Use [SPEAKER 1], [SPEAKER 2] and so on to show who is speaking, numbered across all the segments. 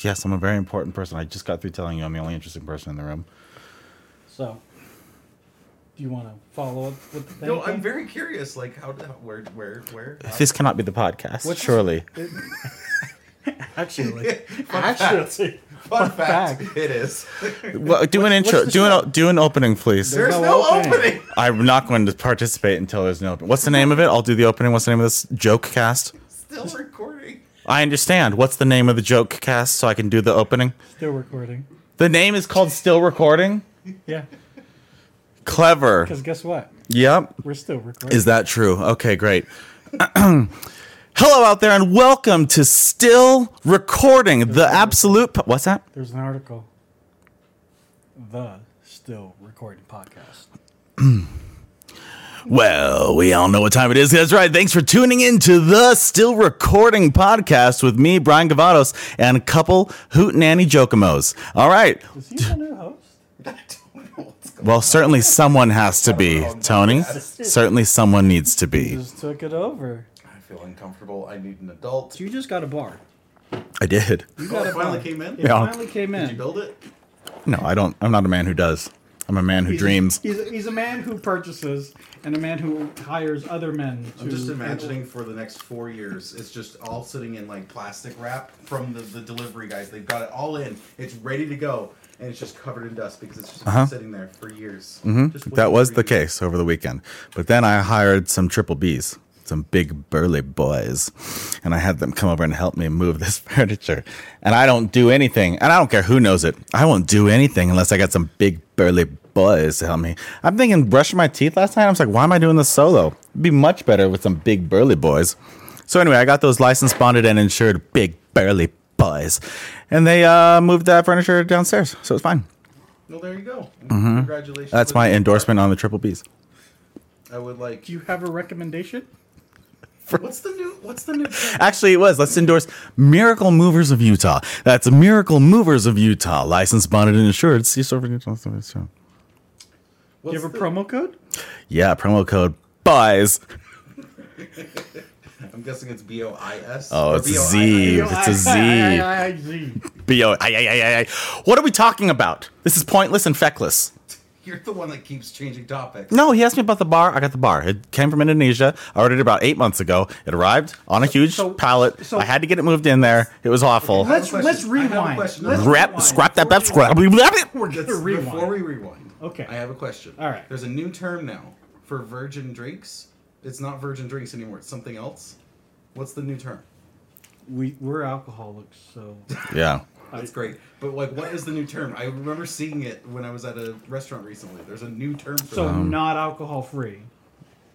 [SPEAKER 1] Yes, I'm a very important person. I just got through telling you I'm the only interesting person in the room.
[SPEAKER 2] So, do you want to follow up with the thing?
[SPEAKER 3] No, I'm very curious. Like, how? how where? Where? Where? how-
[SPEAKER 1] This cannot be the podcast,
[SPEAKER 2] What's-
[SPEAKER 1] surely.
[SPEAKER 2] actually
[SPEAKER 3] Actually, Fun fact, it is.
[SPEAKER 1] Well, do an intro.
[SPEAKER 2] the
[SPEAKER 1] Do
[SPEAKER 2] show?
[SPEAKER 1] an do an opening, please.
[SPEAKER 3] There's
[SPEAKER 2] no
[SPEAKER 3] no,
[SPEAKER 2] opening.
[SPEAKER 3] opening.
[SPEAKER 1] I'm not going to participate until there's no. What's the name of it? I'll do the opening. What's the name of this joke cast?
[SPEAKER 3] Still recording.
[SPEAKER 1] I understand. What's the name of the joke cast so I can do the opening?
[SPEAKER 2] Still recording.
[SPEAKER 1] The name is called Still Recording.
[SPEAKER 2] Yeah,
[SPEAKER 1] Clever.
[SPEAKER 2] because guess what?
[SPEAKER 1] Yep.
[SPEAKER 2] We're still recording.
[SPEAKER 1] Is that true? Okay, great. Hello out there and welcome to Still Recording, the absolute po- What's that?
[SPEAKER 2] There's an article. The still recording podcast.
[SPEAKER 1] Well, we all know what time it is. That's right. Thanks for tuning in to the Still Recording podcast with me, Brian Gavados, and a couple hootenanny jokemos. All right.
[SPEAKER 2] Is he the new host?
[SPEAKER 3] I don't know what's going
[SPEAKER 1] Well, certainly someone has to be, Tony. Certainly someone needs to
[SPEAKER 2] He
[SPEAKER 1] be.
[SPEAKER 2] just took it over.
[SPEAKER 3] on. I feel uncomfortable. I need an adult.
[SPEAKER 2] You just got a bar.
[SPEAKER 1] I did.
[SPEAKER 2] You
[SPEAKER 3] Oh,
[SPEAKER 2] got
[SPEAKER 3] it
[SPEAKER 2] a
[SPEAKER 3] finally
[SPEAKER 2] bar.
[SPEAKER 3] came in?
[SPEAKER 2] It
[SPEAKER 1] Yeah.
[SPEAKER 2] finally came
[SPEAKER 3] Did you
[SPEAKER 2] in.
[SPEAKER 3] build it?
[SPEAKER 1] No, I don't. I'm not a man who does. I'm a man who dreams.
[SPEAKER 2] He's, he's a man who purchases and a man who hires other men. To
[SPEAKER 3] I'm just imagining for the next four years, it's just all sitting in like plastic wrap from the, the delivery guys. They've got it all in. It's ready to go, and it's just covered in dust because it's just been sitting there for years. Just
[SPEAKER 1] That
[SPEAKER 3] waiting
[SPEAKER 1] was
[SPEAKER 3] for
[SPEAKER 1] the
[SPEAKER 3] you.
[SPEAKER 1] case over the weekend. But then I hired some triple Bs, some big burly boys, and I had them come over and help me move this furniture. And I don't do anything, and I don't care who knows it. I won't do anything unless I got some big burly boys to help me. I'm thinking brushing my teeth last night. I was like, why am I doing this solo? It'd be much better with some big burly boys. So anyway, I got those licensed, bonded, and insured big burly boys, and they uh, moved that furniture downstairs, so it's fine.
[SPEAKER 3] Well, there you go. Congratulations.
[SPEAKER 1] That's
[SPEAKER 3] with
[SPEAKER 1] my
[SPEAKER 3] the-
[SPEAKER 1] endorsement on the triple Bs.
[SPEAKER 3] I would like.
[SPEAKER 2] Do you have a recommendation?
[SPEAKER 3] What's the new? What's the new?
[SPEAKER 1] Actually, it was. Let's endorse Miracle Movers of Utah. That's Miracle Movers of Utah. Licensed, bonded, and insured. See store for details.
[SPEAKER 2] Do
[SPEAKER 3] What's
[SPEAKER 2] you have a
[SPEAKER 3] the-
[SPEAKER 2] promo code?
[SPEAKER 1] Yeah, promo code BUYS.
[SPEAKER 3] I'm guessing it's B O I S.
[SPEAKER 1] Oh,
[SPEAKER 3] or
[SPEAKER 1] it's
[SPEAKER 3] B-O-I-I.
[SPEAKER 1] Z. It's a Z.
[SPEAKER 2] Z.
[SPEAKER 1] B O. ay, ay, ay, ay, ay. What are we talking about? This is pointless and feckless.
[SPEAKER 3] You're the one that keeps changing topics.
[SPEAKER 1] No, he asked me about the bar. I got the bar. It came from Indonesia. I ordered it about eight months ago. It arrived on a huge
[SPEAKER 2] so-
[SPEAKER 1] pallet.
[SPEAKER 2] so-
[SPEAKER 1] I had to get it moved in there. It was awful.
[SPEAKER 3] I have a
[SPEAKER 2] Let's-
[SPEAKER 3] question.
[SPEAKER 2] let's
[SPEAKER 3] I have a
[SPEAKER 2] rewind.
[SPEAKER 3] question.
[SPEAKER 2] Let's-
[SPEAKER 1] Rep,
[SPEAKER 2] rewind.
[SPEAKER 1] scrap that, that, scrap.
[SPEAKER 2] We're
[SPEAKER 3] That's-
[SPEAKER 2] gonna rewind.
[SPEAKER 3] Before we rewind,
[SPEAKER 2] Okay.
[SPEAKER 3] I have a question.
[SPEAKER 2] All right.
[SPEAKER 3] There's a new term now for virgin drinks. It's not virgin drinks anymore. It's something else. What's the new term?
[SPEAKER 2] we we're alcoholics, so
[SPEAKER 1] Yeah.
[SPEAKER 3] That's great. But like, what is the new term? I remember seeing it when I was at a restaurant recently. There's a new term for
[SPEAKER 2] so
[SPEAKER 3] that.
[SPEAKER 1] Um,
[SPEAKER 2] not alcohol free.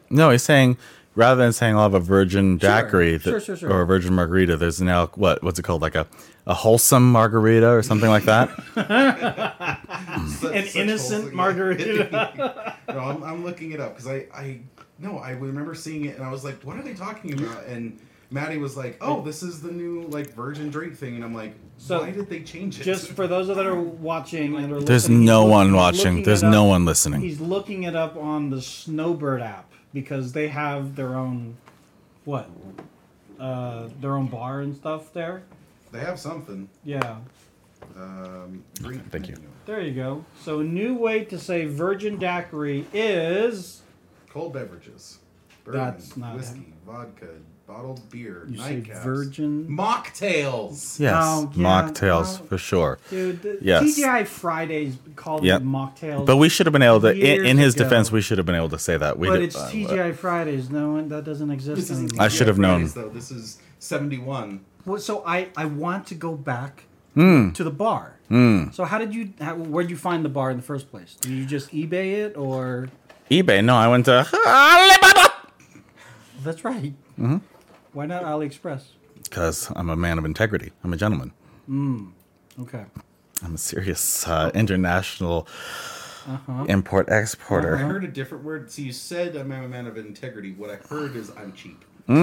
[SPEAKER 1] No, he's saying rather than saying I'll have a virgin daiquiri
[SPEAKER 2] Sure,
[SPEAKER 1] th-
[SPEAKER 2] sure, sure.
[SPEAKER 1] or a virgin margarita, there's now what what's it called like a a wholesome margarita or something like that.
[SPEAKER 3] Such-
[SPEAKER 2] An
[SPEAKER 3] such
[SPEAKER 2] innocent
[SPEAKER 3] holes- yeah.
[SPEAKER 2] margarita.
[SPEAKER 3] no, I'm, I'm looking it up because I, I no, I remember seeing it and I was like, what are they talking about? And Maddie was like, oh, this is the new like virgin drink thing, and I'm like,
[SPEAKER 2] So,
[SPEAKER 3] why did they change it?
[SPEAKER 2] Just for those that are watching and are
[SPEAKER 1] There's
[SPEAKER 2] listening,
[SPEAKER 1] no
[SPEAKER 2] he's
[SPEAKER 1] one
[SPEAKER 2] looking
[SPEAKER 1] watching.
[SPEAKER 2] it
[SPEAKER 1] There's
[SPEAKER 2] up.
[SPEAKER 1] no one listening.
[SPEAKER 2] He's looking it up on the Snowbird app because they have their own what? Uh, their own bar and stuff there.
[SPEAKER 3] they have something.
[SPEAKER 2] Yeah.
[SPEAKER 3] Um, drink
[SPEAKER 1] Thank you.
[SPEAKER 3] menu.
[SPEAKER 2] There you go. So a new way to say virgin daiquiri is
[SPEAKER 3] Cold beverages, bourbon,
[SPEAKER 2] That's not
[SPEAKER 3] whiskey,
[SPEAKER 2] him.
[SPEAKER 3] vodka, bottled beer,
[SPEAKER 2] you say
[SPEAKER 3] nightcaps,
[SPEAKER 2] virgin
[SPEAKER 3] mocktails.
[SPEAKER 1] Yes,
[SPEAKER 2] Oh, yeah,
[SPEAKER 1] mocktails
[SPEAKER 2] well-
[SPEAKER 1] for sure.
[SPEAKER 2] Dude, the
[SPEAKER 1] Yes.
[SPEAKER 2] TGI Fridays called
[SPEAKER 1] Yep.
[SPEAKER 2] it mocktails.
[SPEAKER 1] But we should have been able to. In,
[SPEAKER 2] Years
[SPEAKER 1] in his
[SPEAKER 2] ago.
[SPEAKER 1] defense, we should have been able to say that. We
[SPEAKER 2] But
[SPEAKER 1] did-
[SPEAKER 2] it's
[SPEAKER 1] uh,
[SPEAKER 2] TGI Fridays. No, one- that doesn't exist
[SPEAKER 3] This isn't
[SPEAKER 2] anymore.
[SPEAKER 1] I should have known.
[SPEAKER 3] Though this is seventy-one.
[SPEAKER 2] Well, so I, I want to go back
[SPEAKER 1] Hmm.
[SPEAKER 2] to the bar. So how did you? How, where'd you find the bar in the first place? Did you just eBay it or?
[SPEAKER 1] eBay. No, I went to Alibaba
[SPEAKER 2] That's right.
[SPEAKER 1] Mm-hmm.
[SPEAKER 2] Why not AliExpress?
[SPEAKER 1] because I'm a man of integrity. I'm a gentleman.
[SPEAKER 2] Okay.
[SPEAKER 1] I'm a serious uh,
[SPEAKER 2] Oh.
[SPEAKER 1] international
[SPEAKER 2] Uh-huh.
[SPEAKER 1] import exporter.
[SPEAKER 3] I heard a different word. So you said I'm a man of integrity. What I heard is I'm cheap.
[SPEAKER 1] Mm,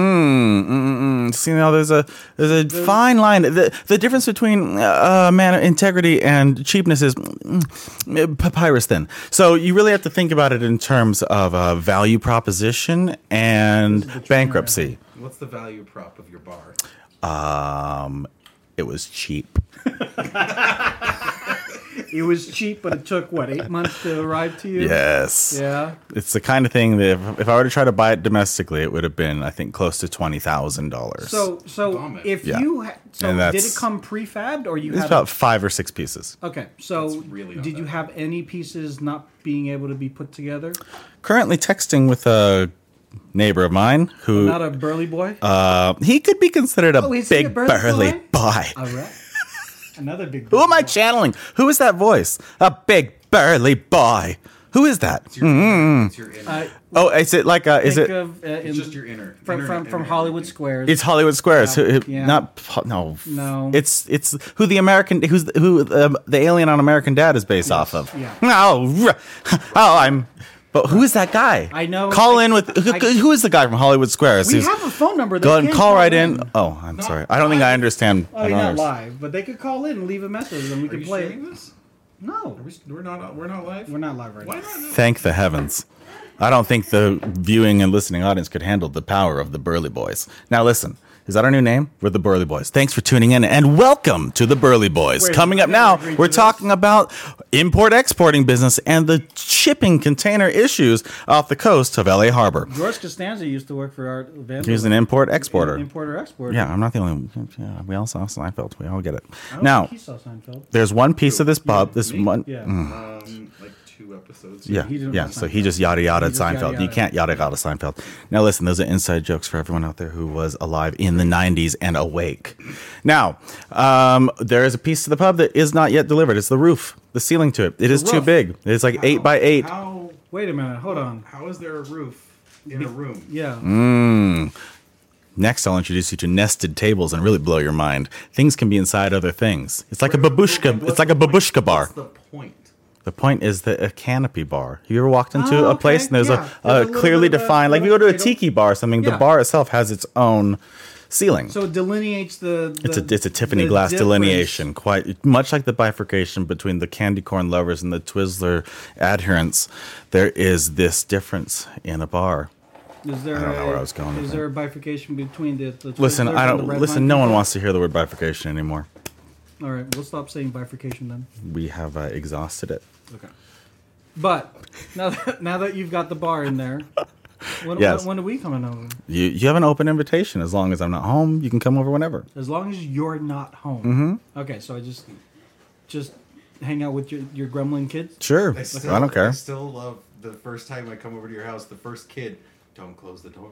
[SPEAKER 1] mm, mm, mm. See now, there's a there's a fine line. The the difference between uh, uh, man integrity and cheapness is mm, mm, papyrus thin. So you really have to think about it in terms of uh, value proposition and bankruptcy.
[SPEAKER 3] What's the value prop of your bar?
[SPEAKER 1] Um, it was cheap.
[SPEAKER 2] It was cheap, but it took what eight months to arrive to you.
[SPEAKER 1] Yes.
[SPEAKER 2] Yeah.
[SPEAKER 1] It's the kind of thing that if, if I were to try to buy it domestically, it would have been, I think, close to twenty thousand dollars.
[SPEAKER 2] So so
[SPEAKER 3] Vomit.
[SPEAKER 2] if
[SPEAKER 1] Yeah.
[SPEAKER 2] you ha- so
[SPEAKER 1] And
[SPEAKER 2] did
[SPEAKER 1] that's-
[SPEAKER 2] it come prefabbed or you
[SPEAKER 1] it's
[SPEAKER 2] had
[SPEAKER 1] about five or six pieces.
[SPEAKER 2] a, okay so
[SPEAKER 3] It's really not
[SPEAKER 2] did you
[SPEAKER 3] that
[SPEAKER 2] have any pieces not being able to be put together?
[SPEAKER 1] Currently texting with a neighbor of mine who
[SPEAKER 2] Not a burly boy.
[SPEAKER 1] uh, he could be considered a
[SPEAKER 2] Oh, is he a
[SPEAKER 1] big
[SPEAKER 2] burly
[SPEAKER 1] burly
[SPEAKER 2] boy? Oh,
[SPEAKER 1] boy.
[SPEAKER 2] All right. Another big.
[SPEAKER 1] Who am I
[SPEAKER 2] boy.
[SPEAKER 1] channeling? Who is that voice? A big burly boy. Who is that?
[SPEAKER 3] It's your,
[SPEAKER 1] Hmm.
[SPEAKER 3] inner. it's your inner.
[SPEAKER 2] I
[SPEAKER 1] Oh, is it like uh is
[SPEAKER 2] think
[SPEAKER 1] it?
[SPEAKER 2] of uh, in,
[SPEAKER 3] it's just your inner.
[SPEAKER 2] from
[SPEAKER 3] inner-
[SPEAKER 2] from, from
[SPEAKER 3] inner
[SPEAKER 2] Hollywood
[SPEAKER 3] everything.
[SPEAKER 2] Squares.
[SPEAKER 1] It's Hollywood Squares.
[SPEAKER 2] Yeah,
[SPEAKER 1] who, who,
[SPEAKER 2] yeah.
[SPEAKER 1] Not Po- no.
[SPEAKER 2] No.
[SPEAKER 1] It's it's who the American who's the- who um, the alien on American Dad is based off of.
[SPEAKER 2] yeah.
[SPEAKER 1] Oh, r- oh, I'm. But who is that guy?
[SPEAKER 2] I know-
[SPEAKER 1] Call
[SPEAKER 2] I-
[SPEAKER 1] in with who,
[SPEAKER 2] I-
[SPEAKER 1] who is the guy from Hollywood Squares?
[SPEAKER 2] we
[SPEAKER 1] He's-
[SPEAKER 2] have a phone number. They
[SPEAKER 1] go ahead and
[SPEAKER 2] can
[SPEAKER 1] call right in. Oh, I'm sorry. I don't think I understand.
[SPEAKER 2] Oh,
[SPEAKER 1] I
[SPEAKER 2] you're
[SPEAKER 1] don't
[SPEAKER 2] not
[SPEAKER 1] understand.
[SPEAKER 2] live, but they could call in and leave a message, and we
[SPEAKER 3] Are
[SPEAKER 2] can
[SPEAKER 3] you
[SPEAKER 2] play
[SPEAKER 3] streaming
[SPEAKER 2] it.
[SPEAKER 3] this?
[SPEAKER 2] No,
[SPEAKER 3] Are we, we're not. We're not live.
[SPEAKER 2] we're not live right
[SPEAKER 3] Why
[SPEAKER 2] now.
[SPEAKER 3] not? No.
[SPEAKER 1] Thank the heavens. I don't think the viewing and listening audience could handle the power of the Burly Boys. Now, listen, is that our new name? We're the Burly Boys. Thanks for tuning in and welcome to the Burly Boys.
[SPEAKER 2] Wait,
[SPEAKER 1] Coming up
[SPEAKER 2] I
[SPEAKER 1] now,
[SPEAKER 2] agree to
[SPEAKER 1] we're
[SPEAKER 2] this.
[SPEAKER 1] talking about import exporting business and the shipping container issues off the coast of LA Harbor.
[SPEAKER 2] George Costanza used to work for our Van.
[SPEAKER 1] He's an import exporter.
[SPEAKER 2] Importer exporter.
[SPEAKER 1] Yeah, I'm not the only Yeah, we all saw Seinfeld. We all get it.
[SPEAKER 2] I don't
[SPEAKER 1] Now,
[SPEAKER 2] think Oh, he saw Seinfeld.
[SPEAKER 1] there's one piece of this pub, this
[SPEAKER 3] me?
[SPEAKER 1] one.
[SPEAKER 2] Yeah.
[SPEAKER 3] Um, like two episodes.
[SPEAKER 1] Yeah,
[SPEAKER 2] He didn't
[SPEAKER 1] yeah.
[SPEAKER 2] watch
[SPEAKER 1] So
[SPEAKER 2] Seinfeld.
[SPEAKER 1] he just yada yada
[SPEAKER 2] just yada
[SPEAKER 1] Seinfeld. You
[SPEAKER 2] yada.
[SPEAKER 1] can't yada yada Seinfeld. Now listen, those are inside jokes for everyone out there who was alive in the '90s and awake. Now, um, there is a piece to the pub that is not yet delivered. It's the roof, the ceiling to it. It is too
[SPEAKER 2] roof.
[SPEAKER 1] big. It's like eight by eight.
[SPEAKER 3] How?
[SPEAKER 2] Wait a minute. Hold on.
[SPEAKER 3] How is there a roof in a room?
[SPEAKER 2] Yeah.
[SPEAKER 1] Mm. Next, I'll introduce you to nested tables and really blow your mind. Things can be inside other things. It's like a babushka.
[SPEAKER 3] What's
[SPEAKER 1] It's like a
[SPEAKER 3] the point?
[SPEAKER 1] babushka bar.
[SPEAKER 3] What's the point?
[SPEAKER 1] The point is that a canopy bar. You ever walked into
[SPEAKER 2] Oh,
[SPEAKER 1] a place
[SPEAKER 2] okay,
[SPEAKER 1] and there's
[SPEAKER 2] yeah.
[SPEAKER 1] a,
[SPEAKER 2] There's a
[SPEAKER 1] a,
[SPEAKER 2] little
[SPEAKER 1] clearly
[SPEAKER 2] bit of a-
[SPEAKER 1] defined, like we go to a
[SPEAKER 2] little-
[SPEAKER 1] tiki bar or something.
[SPEAKER 2] Yeah.
[SPEAKER 1] The bar itself has its own ceiling.
[SPEAKER 2] So it delineates the.
[SPEAKER 1] it's
[SPEAKER 2] the-
[SPEAKER 1] a it's a Tiffany
[SPEAKER 2] the
[SPEAKER 1] glass
[SPEAKER 2] difference.
[SPEAKER 1] delineation, quite much like the bifurcation between the candy corn lovers and the Twizzler adherents. There is this difference in a bar.
[SPEAKER 2] Is there
[SPEAKER 1] I don't know
[SPEAKER 2] a-
[SPEAKER 1] where I was going with
[SPEAKER 2] Is
[SPEAKER 1] that.
[SPEAKER 2] there a bifurcation between the? the
[SPEAKER 1] Listen,
[SPEAKER 2] Twizzlers
[SPEAKER 1] I
[SPEAKER 2] and
[SPEAKER 1] don't
[SPEAKER 2] the Red
[SPEAKER 1] listen.
[SPEAKER 2] Vine
[SPEAKER 1] No one
[SPEAKER 2] people?
[SPEAKER 1] wants to hear the word bifurcation anymore.
[SPEAKER 2] All right, we'll stop saying bifurcation then.
[SPEAKER 1] We have uh, exhausted it.
[SPEAKER 2] Okay. But now that, now that you've got the bar in there, when,
[SPEAKER 1] Yes.
[SPEAKER 2] when, when are we coming over?
[SPEAKER 1] You you have an open invitation. As long as I'm not home, you can come over whenever.
[SPEAKER 2] As long as you're not home.
[SPEAKER 1] Mm-hmm.
[SPEAKER 2] Okay, so I just just hang out with your, your gremlin kids.
[SPEAKER 1] Sure, I,
[SPEAKER 3] still-
[SPEAKER 1] don't
[SPEAKER 3] I
[SPEAKER 1] care.
[SPEAKER 3] still love the first time I come over to your house. The first kid, don't close the door.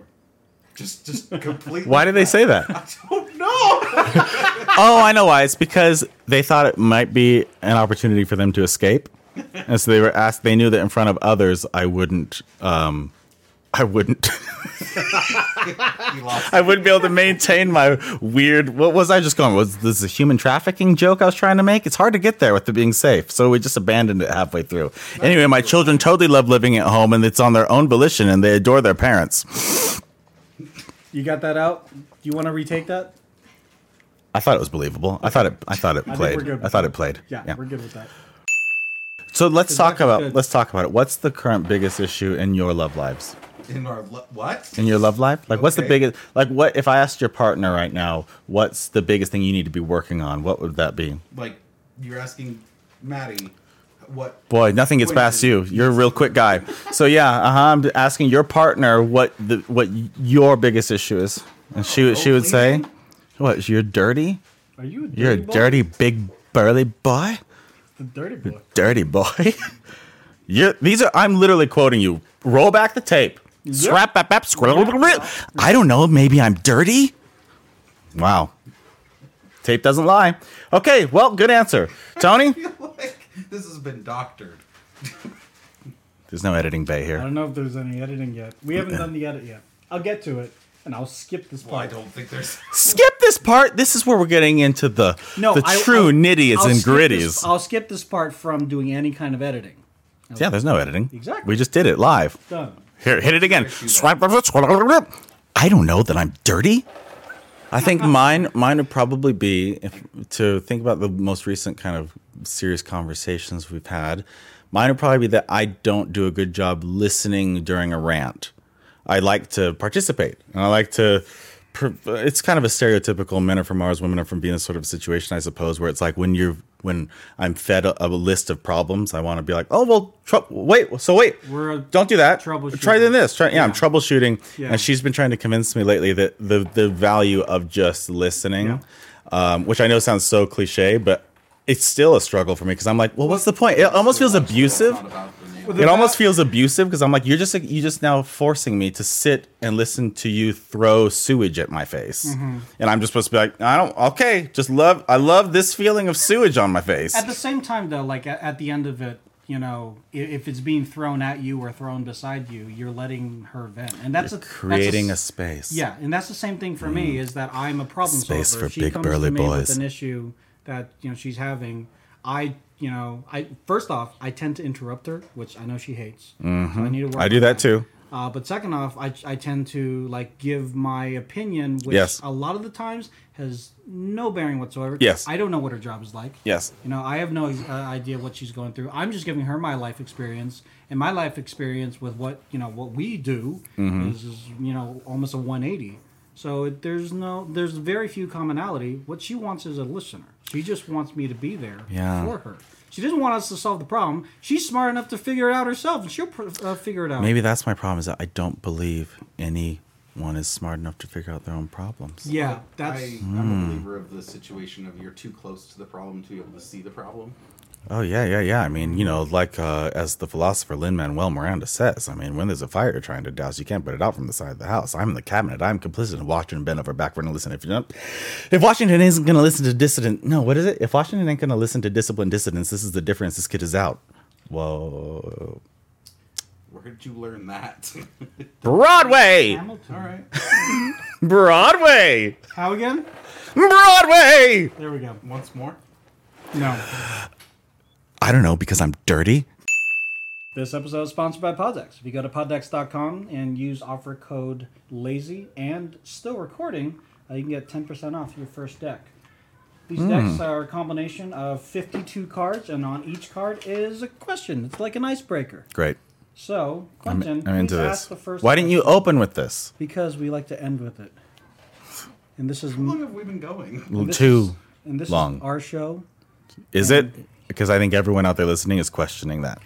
[SPEAKER 3] Just, just completely.
[SPEAKER 1] Why did they say that?
[SPEAKER 3] I don't know.
[SPEAKER 1] Oh, I know why. It's because they thought it might be an opportunity for them to escape, and so they were asked. They knew that in front of others, I wouldn't. Um, I wouldn't.
[SPEAKER 3] He lost.
[SPEAKER 1] I wouldn't be able to maintain my weird. What was I just going? Was this a human trafficking joke I was trying to make? It's hard to get there with the being safe, so we just abandoned it halfway through. Anyway, my children totally love living at home, and it's on their own volition, and they adore their parents.
[SPEAKER 2] You got that out? Do you want to retake that?
[SPEAKER 1] I thought it was believable. I thought it. I thought it
[SPEAKER 2] think
[SPEAKER 1] played.
[SPEAKER 2] we're good.
[SPEAKER 1] I thought it played.
[SPEAKER 2] Yeah, we're good with that.
[SPEAKER 1] So let's talk
[SPEAKER 2] that's
[SPEAKER 1] about
[SPEAKER 2] good.
[SPEAKER 1] let's talk about it. What's the current biggest issue in your love lives?
[SPEAKER 3] in our lo- what?
[SPEAKER 1] In your love life? Like what's the
[SPEAKER 3] Okay.
[SPEAKER 1] biggest like what if I asked your partner right now, what's the biggest thing you need to be working on? What would that be?
[SPEAKER 3] Like you're asking, Maddie, what?
[SPEAKER 1] Boy, nothing gets
[SPEAKER 3] Wait,
[SPEAKER 1] past
[SPEAKER 3] did-
[SPEAKER 1] you. You're a real quick guy. So yeah, uh-huh, I'm asking your partner what the what your biggest issue is. And she would she would say, "What? You're dirty?
[SPEAKER 2] Are you a dirty
[SPEAKER 1] You're a
[SPEAKER 2] boy?
[SPEAKER 1] dirty big burly boy?"
[SPEAKER 2] The dirty boy.
[SPEAKER 1] dirty boy. You're, these are I'm literally quoting you. Roll back the tape. Scrap, bap, bap, squirrel. I don't know. Maybe I'm dirty. Wow. Tape doesn't lie. Okay. Well, good answer, Tony.
[SPEAKER 3] I feel like this has been doctored.
[SPEAKER 1] There's no editing bay
[SPEAKER 2] I
[SPEAKER 1] here.
[SPEAKER 2] don't know if there's any editing yet. We haven't done the edit yet. I'll get to it, and I'll skip this part.
[SPEAKER 3] Well, I don't think there's.
[SPEAKER 1] Skip this part. This is where we're getting into the
[SPEAKER 2] No,
[SPEAKER 1] the
[SPEAKER 2] I-
[SPEAKER 1] true
[SPEAKER 2] I'll-
[SPEAKER 1] nitties
[SPEAKER 2] I'll
[SPEAKER 1] and
[SPEAKER 2] skip
[SPEAKER 1] gritties.
[SPEAKER 2] this- I'll skip this part from doing any kind of editing.
[SPEAKER 1] yeah, there's no editing.
[SPEAKER 2] Exactly.
[SPEAKER 1] We just did it live.
[SPEAKER 2] Done.
[SPEAKER 1] Here, hit it again. Swipe, swipe, swipe. I don't know that I'm dirty. I think mine mine would probably be if, to think about the most recent kind of serious conversations we've had. Mine would probably be that I don't do a good job listening during a rant. I like to participate and I like to per- it's kind of a stereotypical men are from Mars, women are from Venus sort of situation, I suppose, where it's like when you're when I'm fed a, a list of problems, I want to be like, oh well, tru- wait, so wait,
[SPEAKER 2] We're a
[SPEAKER 1] don't do that.
[SPEAKER 2] troubleshooting.
[SPEAKER 1] Try then this. Try yeah, I'm troubleshooting,
[SPEAKER 2] Yeah.
[SPEAKER 1] and she's been trying to convince me lately that the the value of just listening, um, which I know sounds so cliche, but it's still a struggle for me because I'm like, well, what's the point? It almost feels abusive
[SPEAKER 3] Not about the name.
[SPEAKER 1] it almost feels abusive because I'm like, you're just you just now forcing me to sit and listen to you throw sewage at my face,
[SPEAKER 2] Mm-hmm.
[SPEAKER 1] and I'm just supposed to be like, I don't, okay, just love, I love this feeling of sewage on my face.
[SPEAKER 2] At the same time, though, like at, at the end of it, you know, i- if it's being thrown at you or thrown beside you, you're letting her vent, and that's a
[SPEAKER 1] Creating a,
[SPEAKER 2] that's
[SPEAKER 1] space. Mm.
[SPEAKER 2] yeah, and that's the same thing for me is that I'm a problem
[SPEAKER 1] Space
[SPEAKER 2] solver.
[SPEAKER 1] for
[SPEAKER 2] she
[SPEAKER 1] big
[SPEAKER 2] comes
[SPEAKER 1] burly
[SPEAKER 2] to me
[SPEAKER 1] boys.
[SPEAKER 2] with an issue that you know she's having. I you know I first off I tend to interrupt her, which I know she hates. So I need to work
[SPEAKER 1] Mm-hmm. I do
[SPEAKER 2] on
[SPEAKER 1] that too.
[SPEAKER 2] Uh, but second off, I, I tend to like give my opinion, which
[SPEAKER 1] Yes.
[SPEAKER 2] a lot of the times has no bearing whatsoever.
[SPEAKER 1] Yes.
[SPEAKER 2] I don't know what her job is like.
[SPEAKER 1] Yes.
[SPEAKER 2] You know, I have no uh, idea what she's going through. I'm just giving her my life experience, and my life experience with what you know what we do
[SPEAKER 1] Mm-hmm.
[SPEAKER 2] is, is you know almost a 180. So it, there's no there's very few commonality. What she wants is a listener. She just wants me to be there
[SPEAKER 1] Yeah.
[SPEAKER 2] for her. She doesn't want us to solve the problem. She's smart enough to figure it out herself, and she'll pr- uh, figure it out.
[SPEAKER 1] Maybe that's my problem is that I don't believe anyone is smart enough to figure out their own problems.
[SPEAKER 2] Yeah, that's
[SPEAKER 3] I,
[SPEAKER 1] Hmm.
[SPEAKER 3] I'm a believer of the situation of you're too close to the problem to be able to see the problem.
[SPEAKER 1] Oh yeah, yeah, yeah. I mean, you know, like uh, as the philosopher Lin Manuel Miranda says, I mean, when there's a fire you're trying to douse, you can't put it out from the side of the house. I'm in the cabinet. I'm complicit in Washington bent over backward and listen. If you're not, if Washington isn't going to listen to dissident, no, what is it? If Washington ain't going to listen to disciplined dissidents, this is the difference. This kid is out. Whoa,
[SPEAKER 3] Where did you learn that?
[SPEAKER 1] Broadway,
[SPEAKER 2] Hamilton.
[SPEAKER 3] All right.
[SPEAKER 1] Broadway,
[SPEAKER 2] How again?
[SPEAKER 1] Broadway.
[SPEAKER 2] There we go.
[SPEAKER 3] Once more.
[SPEAKER 2] No.
[SPEAKER 1] I don't know because I'm dirty.
[SPEAKER 2] This episode is sponsored by Poddex. If you go to poddex.com and use offer code LAZY and still recording, uh, you can get 10% off your first deck. These
[SPEAKER 1] Hmm.
[SPEAKER 2] decks are a combination of 52 cards, and on each card is a question. It's like an icebreaker.
[SPEAKER 1] Great.
[SPEAKER 2] So,
[SPEAKER 1] I'm,
[SPEAKER 2] Quentin,
[SPEAKER 1] I'm into
[SPEAKER 2] please
[SPEAKER 1] this.
[SPEAKER 2] ask the first
[SPEAKER 1] Why didn't you
[SPEAKER 2] question.
[SPEAKER 1] open with this?
[SPEAKER 2] Because we like to end with it. And this is.
[SPEAKER 3] How long have we been going?
[SPEAKER 2] this
[SPEAKER 1] Two.
[SPEAKER 2] is- and this
[SPEAKER 1] long.
[SPEAKER 2] is our show.
[SPEAKER 1] Is it? Because I think everyone out there listening is questioning that.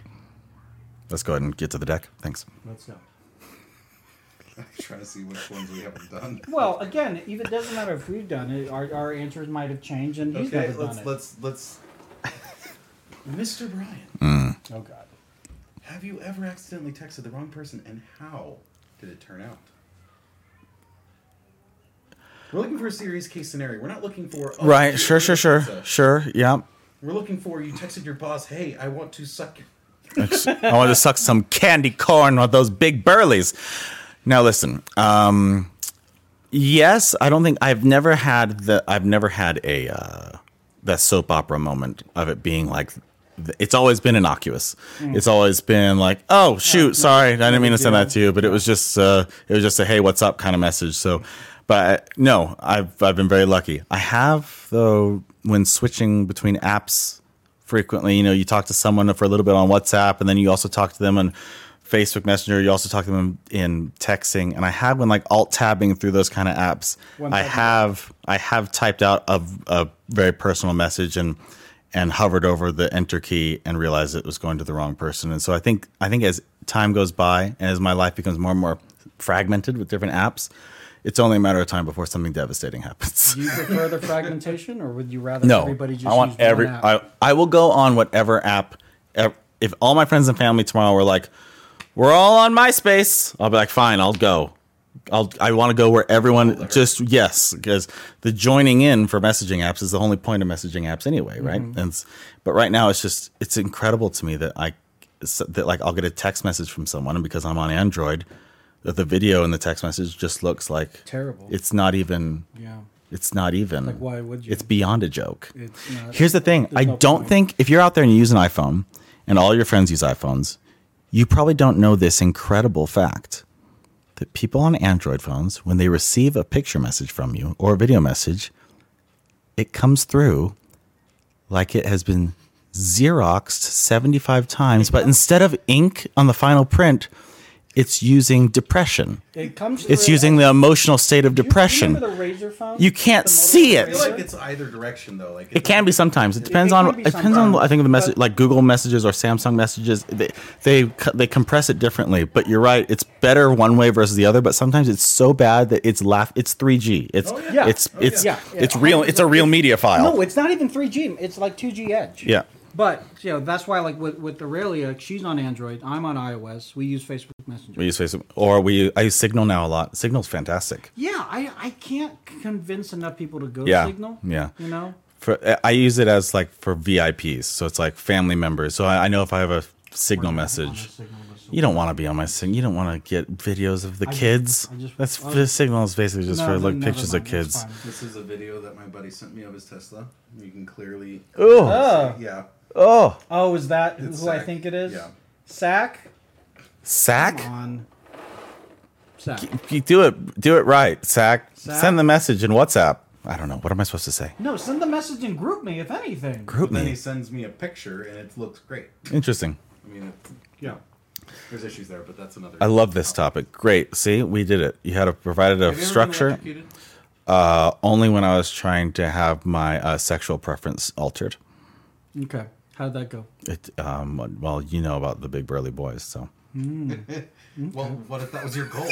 [SPEAKER 1] Let's go ahead and get to the deck. Thanks.
[SPEAKER 2] Let's go.
[SPEAKER 3] I'm trying to see which ones we haven't done.
[SPEAKER 2] Well, again, even it doesn't matter if we've done it. Our, our answers might have changed, and he's
[SPEAKER 3] Okay,
[SPEAKER 2] never
[SPEAKER 3] let's
[SPEAKER 2] done
[SPEAKER 3] let's let's. Mr. Brian,
[SPEAKER 2] it. Oh God.
[SPEAKER 3] have you ever accidentally texted the wrong person, and how did it turn out? We're looking for a serious case scenario. We're not looking for oh,
[SPEAKER 1] Right.
[SPEAKER 3] you
[SPEAKER 1] Sure. Sure.
[SPEAKER 3] ordered
[SPEAKER 1] Sure.
[SPEAKER 3] pizza.
[SPEAKER 1] Sure. Yeah.
[SPEAKER 3] We're looking for you texted your boss, "Hey, I want to suck." your-"
[SPEAKER 1] I want to suck some candy corn with those big burleys. Now listen. Um, yes, I don't think I've never had the. I've never had a uh, that soap opera moment of it being like. th- It's always been innocuous.
[SPEAKER 2] Mm.
[SPEAKER 1] It's always been like, "Oh shoot, sorry, I didn't mean to send
[SPEAKER 2] deal.
[SPEAKER 1] that to you," but it was just, uh, it was just a "Hey, what's up?" kind of message. So, but no, I've I've been very lucky. I have though when switching between apps frequently. You know, you talk to someone for a little bit on WhatsApp, and then you also talk to them on Facebook Messenger. You also talk to them in texting. And I have when like alt tabbing through those kind of apps.
[SPEAKER 2] One
[SPEAKER 1] I
[SPEAKER 2] type of-
[SPEAKER 1] have I have typed out a, a very personal message and and hovered over the enter key and realized it was going to the wrong person. And so I think I think as time goes by and as my life becomes more and more fragmented with different apps, it's only a matter of time before something devastating happens.
[SPEAKER 2] Do you prefer the fragmentation, or would you rather
[SPEAKER 1] No,
[SPEAKER 2] everybody just
[SPEAKER 1] I want
[SPEAKER 2] use
[SPEAKER 1] every.
[SPEAKER 2] one app?
[SPEAKER 1] I I will go on whatever app. ev- If all my friends and family tomorrow were like, we're all on MySpace, I'll be like, fine, I'll go. I'll I want to go where everyone just yes because the joining in for messaging apps is the only point of messaging apps anyway, right?
[SPEAKER 2] Mm-hmm.
[SPEAKER 1] And it's, but right now it's just it's incredible to me that I s- that like I'll get a text message from someone and because I'm on Android, that the video in the text message just looks like
[SPEAKER 2] Terrible.
[SPEAKER 1] It's not even
[SPEAKER 2] yeah,
[SPEAKER 1] it's not even.
[SPEAKER 2] Like, why would you?
[SPEAKER 1] It's beyond a joke.
[SPEAKER 2] It's not-
[SPEAKER 1] Here's the thing. I
[SPEAKER 2] no
[SPEAKER 1] don't
[SPEAKER 2] point.
[SPEAKER 1] think if you're out there and you use an iPhone, and all your friends use iPhones, you probably don't know this incredible fact that people on Android phones, when they receive a picture message from you or a video message, it comes through like it has been xeroxed 75 times but instead of ink on the final print It's using depression.
[SPEAKER 2] It comes. to
[SPEAKER 1] It's using the emotional state of
[SPEAKER 2] Do you remember
[SPEAKER 1] depression.
[SPEAKER 2] the razor phone?
[SPEAKER 1] You can't
[SPEAKER 2] The
[SPEAKER 1] see
[SPEAKER 2] Motorola
[SPEAKER 1] it.
[SPEAKER 3] I feel
[SPEAKER 2] Razr?
[SPEAKER 3] like it's either direction though. Like
[SPEAKER 1] It can be sometimes. It depends
[SPEAKER 2] it
[SPEAKER 1] on.
[SPEAKER 2] can be
[SPEAKER 1] It depends on. I think the message,
[SPEAKER 2] but-
[SPEAKER 1] like Google messages or Samsung messages, they they co- they compress it differently. But you're right. It's better one way versus the other. But sometimes it's so bad that it's laugh. It's 3G. It's
[SPEAKER 3] Oh, yeah.
[SPEAKER 2] Yeah.
[SPEAKER 1] it's
[SPEAKER 2] Oh,
[SPEAKER 1] it's
[SPEAKER 2] yeah. Yeah.
[SPEAKER 1] it's real. It's a real media file.
[SPEAKER 2] No, it's not even 3G. It's like 2G Edge.
[SPEAKER 1] Yeah.
[SPEAKER 2] But you know that's why like with with Aurelia, she's on Android. I'm on iOS. We use Facebook Messenger.
[SPEAKER 1] We use Facebook or we. I use Signal now a lot. Signal's fantastic.
[SPEAKER 2] yeah, I I can't convince enough people to go
[SPEAKER 1] Yeah.
[SPEAKER 2] Signal.
[SPEAKER 1] Yeah.
[SPEAKER 2] You know.
[SPEAKER 1] for I use it as like for VIPs, so it's like family members. So I, I know if I have a signal message, you don't want to be on my sig. You don't want to get videos of the kids.
[SPEAKER 2] I just-
[SPEAKER 1] That's
[SPEAKER 2] I-
[SPEAKER 1] the signal is basically just
[SPEAKER 2] No,
[SPEAKER 1] for
[SPEAKER 2] then
[SPEAKER 1] like
[SPEAKER 2] never
[SPEAKER 1] pictures
[SPEAKER 2] mind,
[SPEAKER 1] of kids.
[SPEAKER 2] that's fine.
[SPEAKER 3] This is a video that my buddy sent me of his Tesla. You can clearly.
[SPEAKER 1] Oh,
[SPEAKER 2] Oh,
[SPEAKER 3] Yeah.
[SPEAKER 1] oh,
[SPEAKER 2] oh, is that
[SPEAKER 3] It's
[SPEAKER 2] who I
[SPEAKER 3] Sack.
[SPEAKER 2] think it is?
[SPEAKER 3] Yeah.
[SPEAKER 2] Sack
[SPEAKER 1] sack.
[SPEAKER 2] on. Sack.
[SPEAKER 1] You do it, do it right, sack.
[SPEAKER 2] Sack.
[SPEAKER 1] Send the message in WhatsApp. I don't know. What am I supposed to say?
[SPEAKER 2] No, send the message and group me if anything.
[SPEAKER 1] Group
[SPEAKER 3] Then he
[SPEAKER 1] me.
[SPEAKER 3] sends me a picture and it looks great.
[SPEAKER 1] Interesting.
[SPEAKER 3] I mean, it,
[SPEAKER 2] Yeah.
[SPEAKER 3] there's issues there, but that's another.
[SPEAKER 1] I love this topic. Great. See, we did it. You had a provided a
[SPEAKER 3] Have you ever been
[SPEAKER 1] structure.
[SPEAKER 3] electrocuted?
[SPEAKER 1] Uh, only when I was trying to have my uh, sexual preference altered.
[SPEAKER 2] Okay. How'd that go?
[SPEAKER 1] It, um, well, you know about the big burly boys, so. Hmm?
[SPEAKER 3] Well, what if that was your goal?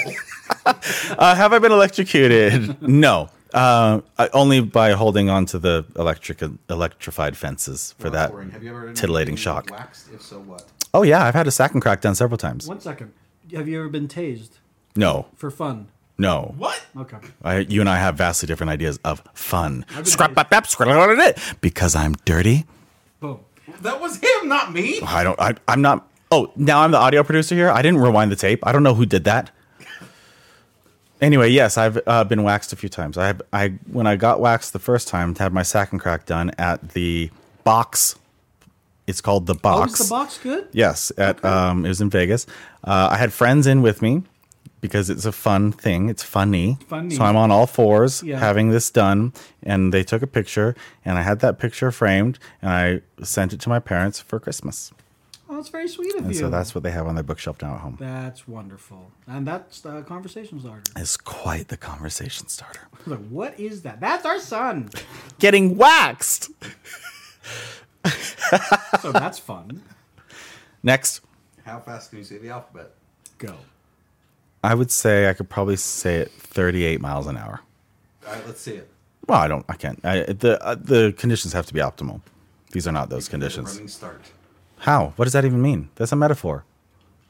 [SPEAKER 1] Uh, have I been electrocuted? no. Uh, I- only by holding on to the electric electrified fences for
[SPEAKER 3] Well, that's
[SPEAKER 1] that
[SPEAKER 3] boring. Have you ever
[SPEAKER 1] titillating
[SPEAKER 3] been
[SPEAKER 1] shock.
[SPEAKER 3] Waxed? If so, what?
[SPEAKER 1] Oh yeah, I've had a sack and crack done several times.
[SPEAKER 2] One second. Have you ever been tased
[SPEAKER 1] No,
[SPEAKER 2] for fun?
[SPEAKER 1] no.
[SPEAKER 3] What?
[SPEAKER 2] Okay.
[SPEAKER 1] I, you and I have vastly different ideas of fun.
[SPEAKER 2] been
[SPEAKER 1] Scrap up, up, scrap up, up, up. Because I'm dirty.
[SPEAKER 2] Boom.
[SPEAKER 3] That was him, not me.
[SPEAKER 1] I don't. I, I'm not. Oh, now I'm the audio producer here. I didn't rewind the tape. I don't know who did that. Anyway, yes, I've uh, been waxed a few times. I, I when I got waxed the first time, had my sack and crack done at the box. It's called the
[SPEAKER 2] Oh,
[SPEAKER 1] box.
[SPEAKER 2] is the box good?
[SPEAKER 1] Yes, at um, it was in Vegas. Uh, I had friends in with me because it's a fun thing. It's funny.
[SPEAKER 2] Funny.
[SPEAKER 1] So I'm on all fours
[SPEAKER 2] Yeah.
[SPEAKER 1] having this done, and they took a picture, and I had that picture framed, and I sent it to my parents for Christmas.
[SPEAKER 2] Oh, that's very sweet of
[SPEAKER 1] And
[SPEAKER 2] you.
[SPEAKER 1] so that's what they have on their bookshelf now at home.
[SPEAKER 2] That's wonderful. And that's uh, conversation starter.
[SPEAKER 1] It's quite the conversation starter.
[SPEAKER 2] I was like, what is that? That's our son.
[SPEAKER 1] Getting waxed.
[SPEAKER 2] So that's fun.
[SPEAKER 1] Next,
[SPEAKER 3] How fast can you say the alphabet?
[SPEAKER 2] Go.
[SPEAKER 1] I would say I could probably say it 38 miles an hour.
[SPEAKER 3] All right, let's see it.
[SPEAKER 1] Well, I don't. I can't. I, the uh, the conditions have to be optimal. These are not those conditions.
[SPEAKER 3] Running start.
[SPEAKER 1] How? What does that even mean? That's a metaphor.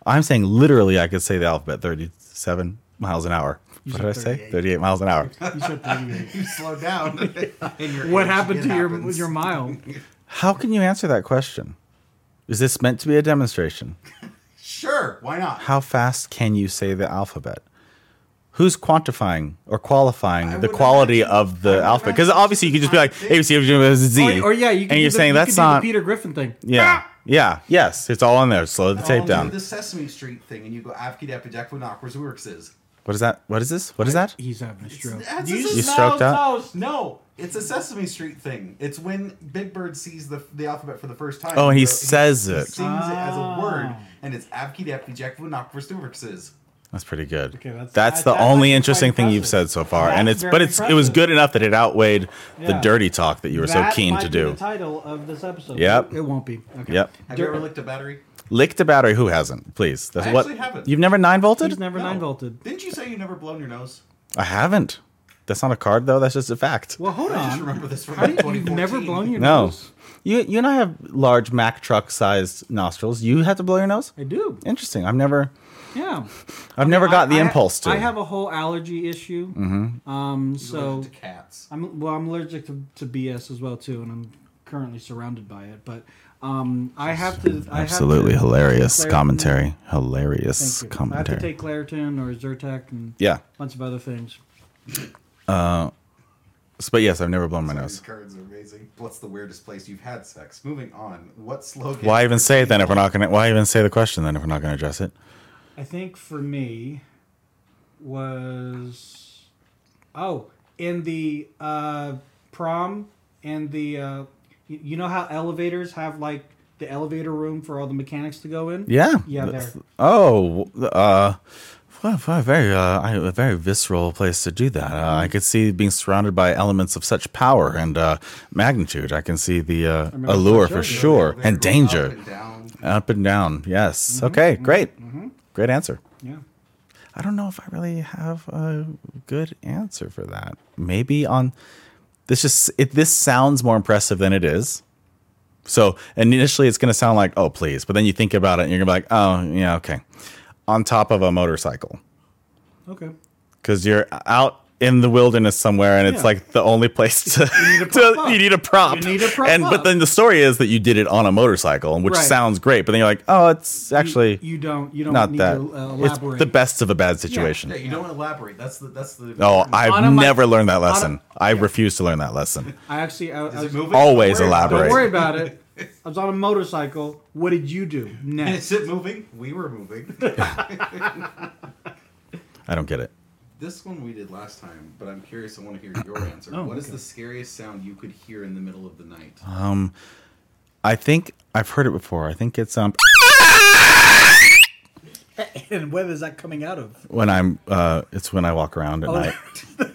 [SPEAKER 1] I'm saying literally, I could say the alphabet 37 miles an hour. What did I
[SPEAKER 2] said
[SPEAKER 1] say? 38 miles an hour.
[SPEAKER 2] You said 38.
[SPEAKER 3] You slow down. and your
[SPEAKER 2] what
[SPEAKER 3] age,
[SPEAKER 2] happened
[SPEAKER 3] it
[SPEAKER 2] to your
[SPEAKER 3] happens.
[SPEAKER 2] your mile?
[SPEAKER 1] How can you answer that question? Is this meant to be a demonstration?
[SPEAKER 3] Sure, why not?
[SPEAKER 1] How fast can you say the alphabet? Who's quantifying or qualifying the
[SPEAKER 3] would
[SPEAKER 1] quality of the alphabet? Because obviously you could just be like A B C D E F, G, H, I, J, K, L, M, N, O, P, Q, R, S, T, U, V, W, X, Y, Z.
[SPEAKER 2] Or, or yeah, you can
[SPEAKER 1] and
[SPEAKER 2] do
[SPEAKER 1] you're
[SPEAKER 2] the-
[SPEAKER 1] saying
[SPEAKER 2] you
[SPEAKER 1] that's
[SPEAKER 2] can do the
[SPEAKER 1] not
[SPEAKER 2] Peter Ah! Griffin thing.
[SPEAKER 1] yeah yeah yes it's all in there. Slow the
[SPEAKER 3] I'll
[SPEAKER 1] tape
[SPEAKER 3] do
[SPEAKER 1] down.
[SPEAKER 3] The Sesame Street thing, and you go Avki Dapidakwanakwas works is.
[SPEAKER 1] What is that? What is this? What is that?
[SPEAKER 2] He's having a stroke.
[SPEAKER 3] That's
[SPEAKER 2] You
[SPEAKER 3] a
[SPEAKER 2] just-
[SPEAKER 1] You stroked
[SPEAKER 2] No,
[SPEAKER 1] out?
[SPEAKER 2] no,
[SPEAKER 3] No, it's a Sesame Street thing. It's when Big Bird sees the, the alphabet for the first time.
[SPEAKER 1] Oh, and he
[SPEAKER 3] So
[SPEAKER 1] says
[SPEAKER 3] he
[SPEAKER 1] it.
[SPEAKER 3] sings it as a word,
[SPEAKER 2] Ah.
[SPEAKER 3] and it's Avki Dapidakwanakwas works is.
[SPEAKER 1] That's pretty good.
[SPEAKER 2] Okay,
[SPEAKER 1] that's,
[SPEAKER 2] that's-
[SPEAKER 1] the
[SPEAKER 2] that- that's
[SPEAKER 1] only
[SPEAKER 2] actually
[SPEAKER 1] interesting
[SPEAKER 2] quite
[SPEAKER 1] thing you've said
[SPEAKER 2] impressive.
[SPEAKER 1] so far, and
[SPEAKER 2] That's
[SPEAKER 1] it's but
[SPEAKER 2] very
[SPEAKER 1] it's it was
[SPEAKER 2] impressive.
[SPEAKER 1] good enough that it outweighed the
[SPEAKER 2] Yeah.
[SPEAKER 1] dirty talk that you were so
[SPEAKER 2] That
[SPEAKER 1] keen
[SPEAKER 2] might
[SPEAKER 1] to
[SPEAKER 2] be
[SPEAKER 1] do.
[SPEAKER 2] The title of this episode.
[SPEAKER 1] Yep.
[SPEAKER 2] It won't be. Okay.
[SPEAKER 1] Yep,
[SPEAKER 3] Have you ever licked a battery?
[SPEAKER 1] licked a battery. Who hasn't? Please, that's
[SPEAKER 3] I
[SPEAKER 1] what
[SPEAKER 3] actually haven't.
[SPEAKER 1] you've never nine
[SPEAKER 2] He's
[SPEAKER 1] volted.
[SPEAKER 2] never
[SPEAKER 3] No.
[SPEAKER 2] nine volted.
[SPEAKER 3] Didn't you say you never blown your nose?
[SPEAKER 1] I haven't. That's not a card though. That's just a fact.
[SPEAKER 2] Well, hold
[SPEAKER 3] I
[SPEAKER 2] on.
[SPEAKER 3] just remember this from
[SPEAKER 2] Um, How
[SPEAKER 3] like
[SPEAKER 2] did you've
[SPEAKER 3] 2014.
[SPEAKER 2] never blown your
[SPEAKER 1] no,
[SPEAKER 2] nose?
[SPEAKER 1] you you and I have large Mack truck sized nostrils. You have to blow your nose.
[SPEAKER 2] I do.
[SPEAKER 1] Interesting. I've never
[SPEAKER 2] Yeah.
[SPEAKER 1] I've never got the
[SPEAKER 2] I- I-
[SPEAKER 1] impulse to. Mm-hmm.
[SPEAKER 2] I have a whole allergy issue. Um.
[SPEAKER 3] You're allergic
[SPEAKER 2] So
[SPEAKER 3] to cats.
[SPEAKER 2] I'm well. I'm allergic to, to BS as well too, and I'm currently surrounded by it. But um, I have to. I have
[SPEAKER 1] absolutely
[SPEAKER 2] to-
[SPEAKER 1] hilarious
[SPEAKER 2] Claritin-
[SPEAKER 1] commentary. Hilarious
[SPEAKER 2] Thank you. I have
[SPEAKER 1] commentary.
[SPEAKER 2] to take Claritin or Zyrtec and
[SPEAKER 1] yeah,
[SPEAKER 2] a bunch of other things.
[SPEAKER 1] S- but yes, I've never blown my nose.
[SPEAKER 3] These cards are amazing. What's the weirdest place you've had sex? Moving on. What slogan?
[SPEAKER 1] Why even say it then if we're not gonna? Why even say the question then if we're not gonna address it?
[SPEAKER 2] I think for me was oh in the uh, prom and the uh, y- you know how elevators have like the elevator room for all the mechanics to go in.
[SPEAKER 1] Yeah.
[SPEAKER 2] Yeah,
[SPEAKER 1] That's-
[SPEAKER 2] there.
[SPEAKER 1] Oh, uh, well, well, very, uh, I- a very visceral place to do that. Uh, I could see being surrounded by elements of such power and uh, magnitude. I can see the uh,
[SPEAKER 2] remember
[SPEAKER 1] allure
[SPEAKER 2] the
[SPEAKER 1] for
[SPEAKER 2] children
[SPEAKER 1] sure
[SPEAKER 3] They're
[SPEAKER 1] and
[SPEAKER 3] going
[SPEAKER 1] danger.
[SPEAKER 3] Up and down.
[SPEAKER 1] Up and down. Yes. okay. Great. Great answer.
[SPEAKER 2] Yeah.
[SPEAKER 1] I don't know if I really have a good answer for that. Maybe on this just it this sounds more impressive than it is. So initially it's gonna sound like, oh please, but then you think about it and you're gonna be like, oh yeah, okay. On top of a motorcycle.
[SPEAKER 2] Okay.
[SPEAKER 1] Because you're out in the wilderness somewhere and it's
[SPEAKER 2] Yeah.
[SPEAKER 1] like the only place to you
[SPEAKER 2] need a prop up.
[SPEAKER 1] you need a prop.
[SPEAKER 2] You need a prop
[SPEAKER 1] and
[SPEAKER 2] up.
[SPEAKER 1] but then the story is that you did it on a motorcycle, which
[SPEAKER 2] Right.
[SPEAKER 1] sounds great, but then you're like, oh, it's actually
[SPEAKER 2] you, you don't you don't
[SPEAKER 1] not
[SPEAKER 2] need
[SPEAKER 1] that.
[SPEAKER 2] to uh,
[SPEAKER 1] it's
[SPEAKER 2] elaborate.
[SPEAKER 1] the best of a bad situation.
[SPEAKER 3] Yeah, you don't elaborate. That's the that's the.
[SPEAKER 1] Oh,
[SPEAKER 2] Anna,
[SPEAKER 1] I've
[SPEAKER 2] my-
[SPEAKER 1] never learned that
[SPEAKER 2] Anna-
[SPEAKER 1] lesson. I refuse to learn that lesson.
[SPEAKER 2] I actually I, I
[SPEAKER 3] Is it
[SPEAKER 2] was,
[SPEAKER 3] moving?
[SPEAKER 1] Always
[SPEAKER 3] Don't worry about it.
[SPEAKER 2] don't
[SPEAKER 1] elaborate.
[SPEAKER 2] worry about it. I was on a motorcycle. What did you do next?
[SPEAKER 3] Is it moving? We were moving.
[SPEAKER 1] I don't get it.
[SPEAKER 3] this one we did last time, but I'm curious. I want to hear your answer. What
[SPEAKER 2] Oh,
[SPEAKER 3] is
[SPEAKER 2] okay.
[SPEAKER 3] the scariest sound you could hear in the middle of the night?
[SPEAKER 1] Um, I think I've heard it before. I think it's um
[SPEAKER 2] and where is that coming out of?
[SPEAKER 1] when I'm uh it's when I walk around at
[SPEAKER 3] Oh,
[SPEAKER 1] night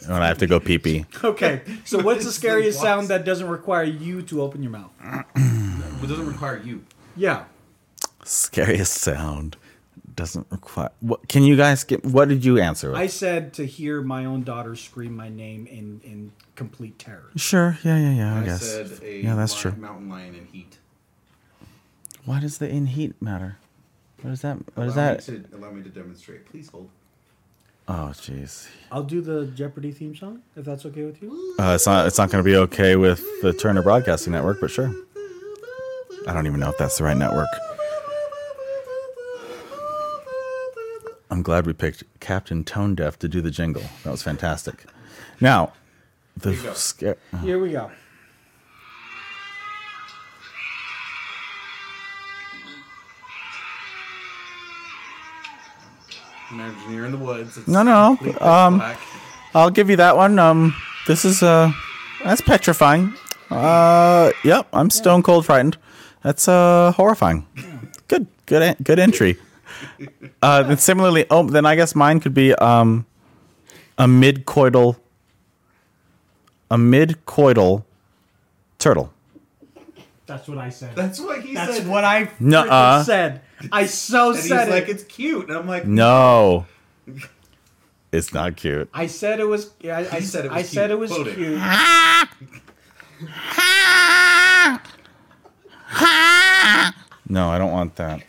[SPEAKER 1] when I have to go pee pee.
[SPEAKER 2] Okay. So what's the
[SPEAKER 3] It's the
[SPEAKER 2] scariest
[SPEAKER 3] blocks.
[SPEAKER 2] sound that doesn't require you to open your mouth?
[SPEAKER 3] it doesn't require you.
[SPEAKER 2] Yeah.
[SPEAKER 1] Scariest sound doesn't require. What, can you guys get? What did you answer? with?
[SPEAKER 2] I said to hear my own daughter scream my name in in complete terror.
[SPEAKER 1] sure. Yeah. Yeah. Yeah. I,
[SPEAKER 3] I,
[SPEAKER 1] guess.
[SPEAKER 3] said a
[SPEAKER 1] yeah, that's
[SPEAKER 3] li-
[SPEAKER 1] true.
[SPEAKER 3] mountain lion in heat.
[SPEAKER 1] Why does the in heat matter? What is that? What is
[SPEAKER 3] Allow
[SPEAKER 1] that?
[SPEAKER 3] Me to, allow me to demonstrate. Please hold.
[SPEAKER 1] Oh, jeez.
[SPEAKER 2] I'll do the Jeopardy theme song if that's okay with you.
[SPEAKER 1] Uh, it's not. It's not going to be okay with the Turner Broadcasting Network, but sure. I don't even know if that's the right network. I'm glad we picked Captain Tone Deaf to do the jingle. That was fantastic. Now, the
[SPEAKER 3] you go.
[SPEAKER 1] sca-
[SPEAKER 2] Here we go.
[SPEAKER 3] Imagine you're in the woods. It's
[SPEAKER 1] No, no,
[SPEAKER 3] completely
[SPEAKER 1] um,
[SPEAKER 3] black.
[SPEAKER 1] I'll give you that one. Um, this is uh, that's petrifying. Uh, yep, I'm stone cold frightened. That's uh horrifying. Good, good, en- good entry. Uh, then similarly, oh, then I guess mine could be um, a midcoital, a midcoital turtle.
[SPEAKER 2] That's what I said.
[SPEAKER 3] That's what he
[SPEAKER 2] That's
[SPEAKER 3] said.
[SPEAKER 2] what I freaking
[SPEAKER 1] Nuh-uh.
[SPEAKER 2] said. I so
[SPEAKER 3] and he's
[SPEAKER 2] said it.
[SPEAKER 3] like, it's cute, and I'm like,
[SPEAKER 1] No, it's not cute.
[SPEAKER 2] I said it was. yeah, I, I
[SPEAKER 3] He said it was
[SPEAKER 2] I said
[SPEAKER 3] cute.
[SPEAKER 2] it was
[SPEAKER 3] Quote it.
[SPEAKER 2] cute.
[SPEAKER 1] No, I don't want that.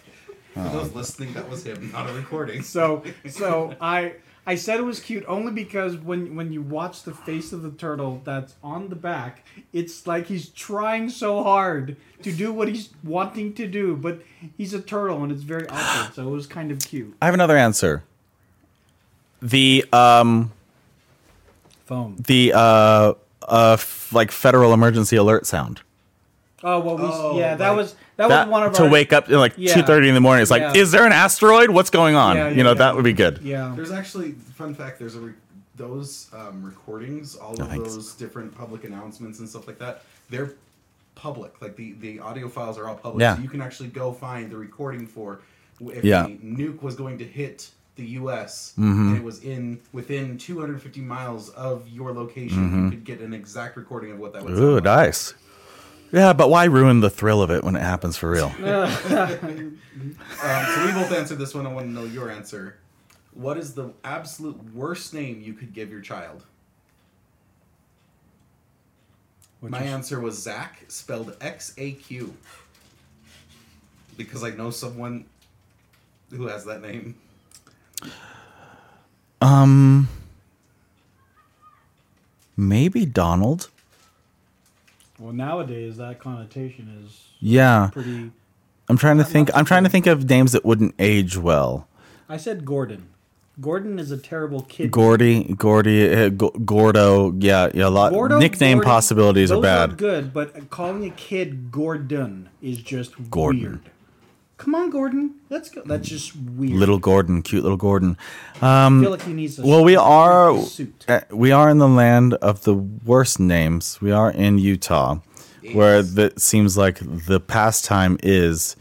[SPEAKER 3] For those listening, that was him, not a recording.
[SPEAKER 2] So so I I said it was cute only because when when you watch the face of the turtle that's on the back, it's like he's trying so hard to do what he's wanting to do, but he's a turtle and it's very awkward. So it was kind of cute.
[SPEAKER 1] I have another answer. The um.
[SPEAKER 2] Phone.
[SPEAKER 1] the uh uh f- like federal emergency alert sound.
[SPEAKER 2] Oh well, we
[SPEAKER 3] Oh,
[SPEAKER 2] yeah that
[SPEAKER 3] like-
[SPEAKER 2] was that,
[SPEAKER 1] That,
[SPEAKER 2] was one of
[SPEAKER 1] to
[SPEAKER 2] our
[SPEAKER 1] wake up at like
[SPEAKER 2] Yeah.
[SPEAKER 1] two thirty in the morning. It's like,
[SPEAKER 2] Yeah.
[SPEAKER 1] is there an asteroid? What's going on?
[SPEAKER 2] Yeah, yeah,
[SPEAKER 1] you know,
[SPEAKER 2] yeah.
[SPEAKER 1] that would be good.
[SPEAKER 2] yeah
[SPEAKER 3] There's actually fun fact. There's a re- those um, recordings, all of
[SPEAKER 1] thanks.
[SPEAKER 3] those different public announcements and stuff like that. They're public. Like the the audio files are all public.
[SPEAKER 1] Yeah.
[SPEAKER 3] So you can actually go find the recording for w- if
[SPEAKER 1] Yeah. Mm-hmm.
[SPEAKER 3] the nuke was going to hit the U.S. and it was in within 250 miles of your location.
[SPEAKER 1] Mm-hmm.
[SPEAKER 3] You could get an exact recording of what that was.
[SPEAKER 1] Ooh, nice. Yeah, but why ruin the thrill of it when it happens for real?
[SPEAKER 3] Um, so we both answered this one. I want to know your answer. What is the absolute worst name you could give your child? My answer was Zach, spelled X A Q, because I know someone who has that name.
[SPEAKER 1] Um, maybe Donald.
[SPEAKER 2] well nowadays that connotation is
[SPEAKER 1] Yeah,
[SPEAKER 2] pretty.
[SPEAKER 1] I'm trying to think. I'm trying to think of names that wouldn't age well.
[SPEAKER 2] I said Gordon. Gordon is a terrible kid.
[SPEAKER 1] Gordy, Gordy, uh, G- Gordo. Yeah, yeah. A lot
[SPEAKER 2] Gordo,
[SPEAKER 1] nickname
[SPEAKER 2] Gordon,
[SPEAKER 1] possibilities are
[SPEAKER 2] those
[SPEAKER 1] bad.
[SPEAKER 2] good, but calling a kid Gordon is just
[SPEAKER 1] Gordon.
[SPEAKER 2] weird. Come on, Gordon. Let's go. That's just weird.
[SPEAKER 1] Little Gordon, cute little Gordon.
[SPEAKER 2] I feel like he needs a
[SPEAKER 1] Well, we are
[SPEAKER 2] suit.
[SPEAKER 1] uh, we are in the land of the worst names. We are in Utah, where that seems like the pastime is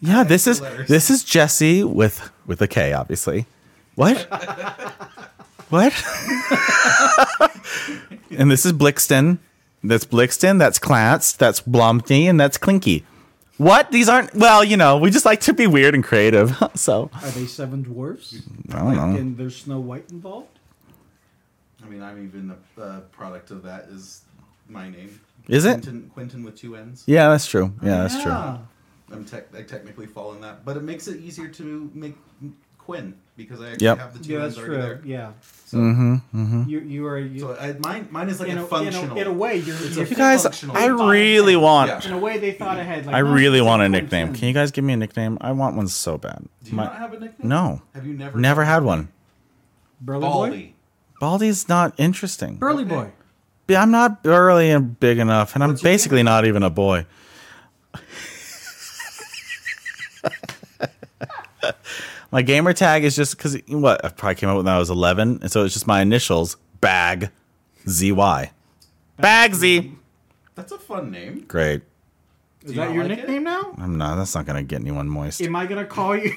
[SPEAKER 1] yeah this is
[SPEAKER 3] letters.
[SPEAKER 1] this is jesse with with a k obviously what what and this is blixton that's blixton that's clatz that's blomty and that's clinky what these aren't well you know we just like to be weird and creative so
[SPEAKER 2] Are they seven dwarfs?
[SPEAKER 1] i don't know
[SPEAKER 2] And there's Snow White involved?
[SPEAKER 3] I mean, I'm even the uh, product of that. Is my name?
[SPEAKER 1] Is it?
[SPEAKER 3] Quentin, Quentin with two N's?
[SPEAKER 1] yeah that's true yeah that's true
[SPEAKER 3] I'm tec- I technically fall in that, but it makes it easier to make Quinn because I actually
[SPEAKER 1] Yep.
[SPEAKER 3] have the two
[SPEAKER 2] Yeah, that's
[SPEAKER 3] N's already
[SPEAKER 2] true.
[SPEAKER 3] there.
[SPEAKER 2] Yeah.
[SPEAKER 3] So,
[SPEAKER 1] Mm-hmm,
[SPEAKER 2] You, you are. You,
[SPEAKER 3] so I, mine, mine is like
[SPEAKER 2] in,
[SPEAKER 3] a
[SPEAKER 2] a, in,
[SPEAKER 3] functional.
[SPEAKER 2] a, in a way, you're. you're
[SPEAKER 1] you guys
[SPEAKER 3] Functional.
[SPEAKER 1] i really want
[SPEAKER 3] Yeah.
[SPEAKER 2] in a way, they thought ahead. Like,
[SPEAKER 1] I
[SPEAKER 2] no,
[SPEAKER 1] really
[SPEAKER 2] it's
[SPEAKER 1] want a
[SPEAKER 2] Quentin.
[SPEAKER 1] nickname. Can you guys give me a nickname? I want one so bad.
[SPEAKER 3] Do you
[SPEAKER 1] My-
[SPEAKER 3] not have a nickname?
[SPEAKER 1] no,
[SPEAKER 3] Have you never?
[SPEAKER 1] never had one.
[SPEAKER 2] Burly boy.
[SPEAKER 3] Baldy.
[SPEAKER 1] Baldy's not interesting.
[SPEAKER 2] Burly
[SPEAKER 3] Okay.
[SPEAKER 2] boy.
[SPEAKER 1] B- I'm not burly and big enough, and I'm
[SPEAKER 3] What's your
[SPEAKER 1] basically not even a boy. my gamer tag is just because what I probably came up with when I was 11, and so it's just my initials bag zy bagsy.
[SPEAKER 3] That's a fun name.
[SPEAKER 1] Great.
[SPEAKER 2] Is
[SPEAKER 3] you
[SPEAKER 2] that
[SPEAKER 3] not
[SPEAKER 2] your
[SPEAKER 3] like it?
[SPEAKER 2] nickname now?
[SPEAKER 1] I'm not. That's not gonna get anyone moist.
[SPEAKER 2] Am I gonna call you?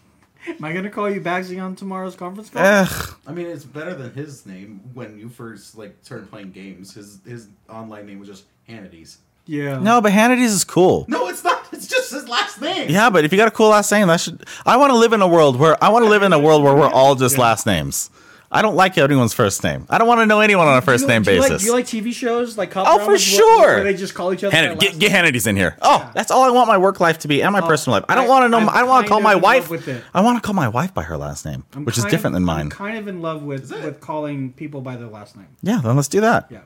[SPEAKER 2] Am I gonna call you Bagsy on tomorrow's conference call?
[SPEAKER 1] Ugh.
[SPEAKER 3] I mean, it's better than his name when you first like started playing games. His his online name was just Hannity's.
[SPEAKER 2] yeah.
[SPEAKER 1] No, but Hannity's is cool.
[SPEAKER 3] No, it's not. It's just his last name.
[SPEAKER 1] Yeah, but if you got a cool last name, that should. I want to live in a world where I want to live in a world where we're all just last names. I don't like anyone's first name. I don't want to know anyone on a first
[SPEAKER 2] Do you-
[SPEAKER 1] name
[SPEAKER 2] do you like-
[SPEAKER 1] basis.
[SPEAKER 2] do you like TV shows like cop
[SPEAKER 1] Oh, for
[SPEAKER 2] dramas where-
[SPEAKER 1] sure.
[SPEAKER 2] Where they just call each other. by
[SPEAKER 1] Hannity,
[SPEAKER 2] last Oh,
[SPEAKER 1] get, get Hannity's in here. Oh, that's all I want my work life to be and my personal life. I don't
[SPEAKER 2] I-
[SPEAKER 1] want to know.
[SPEAKER 2] I'm
[SPEAKER 1] my- I don't want
[SPEAKER 2] kind
[SPEAKER 1] to call
[SPEAKER 2] of
[SPEAKER 1] my
[SPEAKER 2] in love
[SPEAKER 1] wife.
[SPEAKER 2] with it.
[SPEAKER 1] I want to call my wife by her last name,
[SPEAKER 2] I'm
[SPEAKER 1] which is
[SPEAKER 2] kind
[SPEAKER 1] different
[SPEAKER 2] of-
[SPEAKER 1] than
[SPEAKER 2] I'm
[SPEAKER 1] mine.
[SPEAKER 2] kind of in love with
[SPEAKER 3] it?
[SPEAKER 2] with calling people by their last name.
[SPEAKER 1] Yeah, then let's do that.
[SPEAKER 2] Yeah.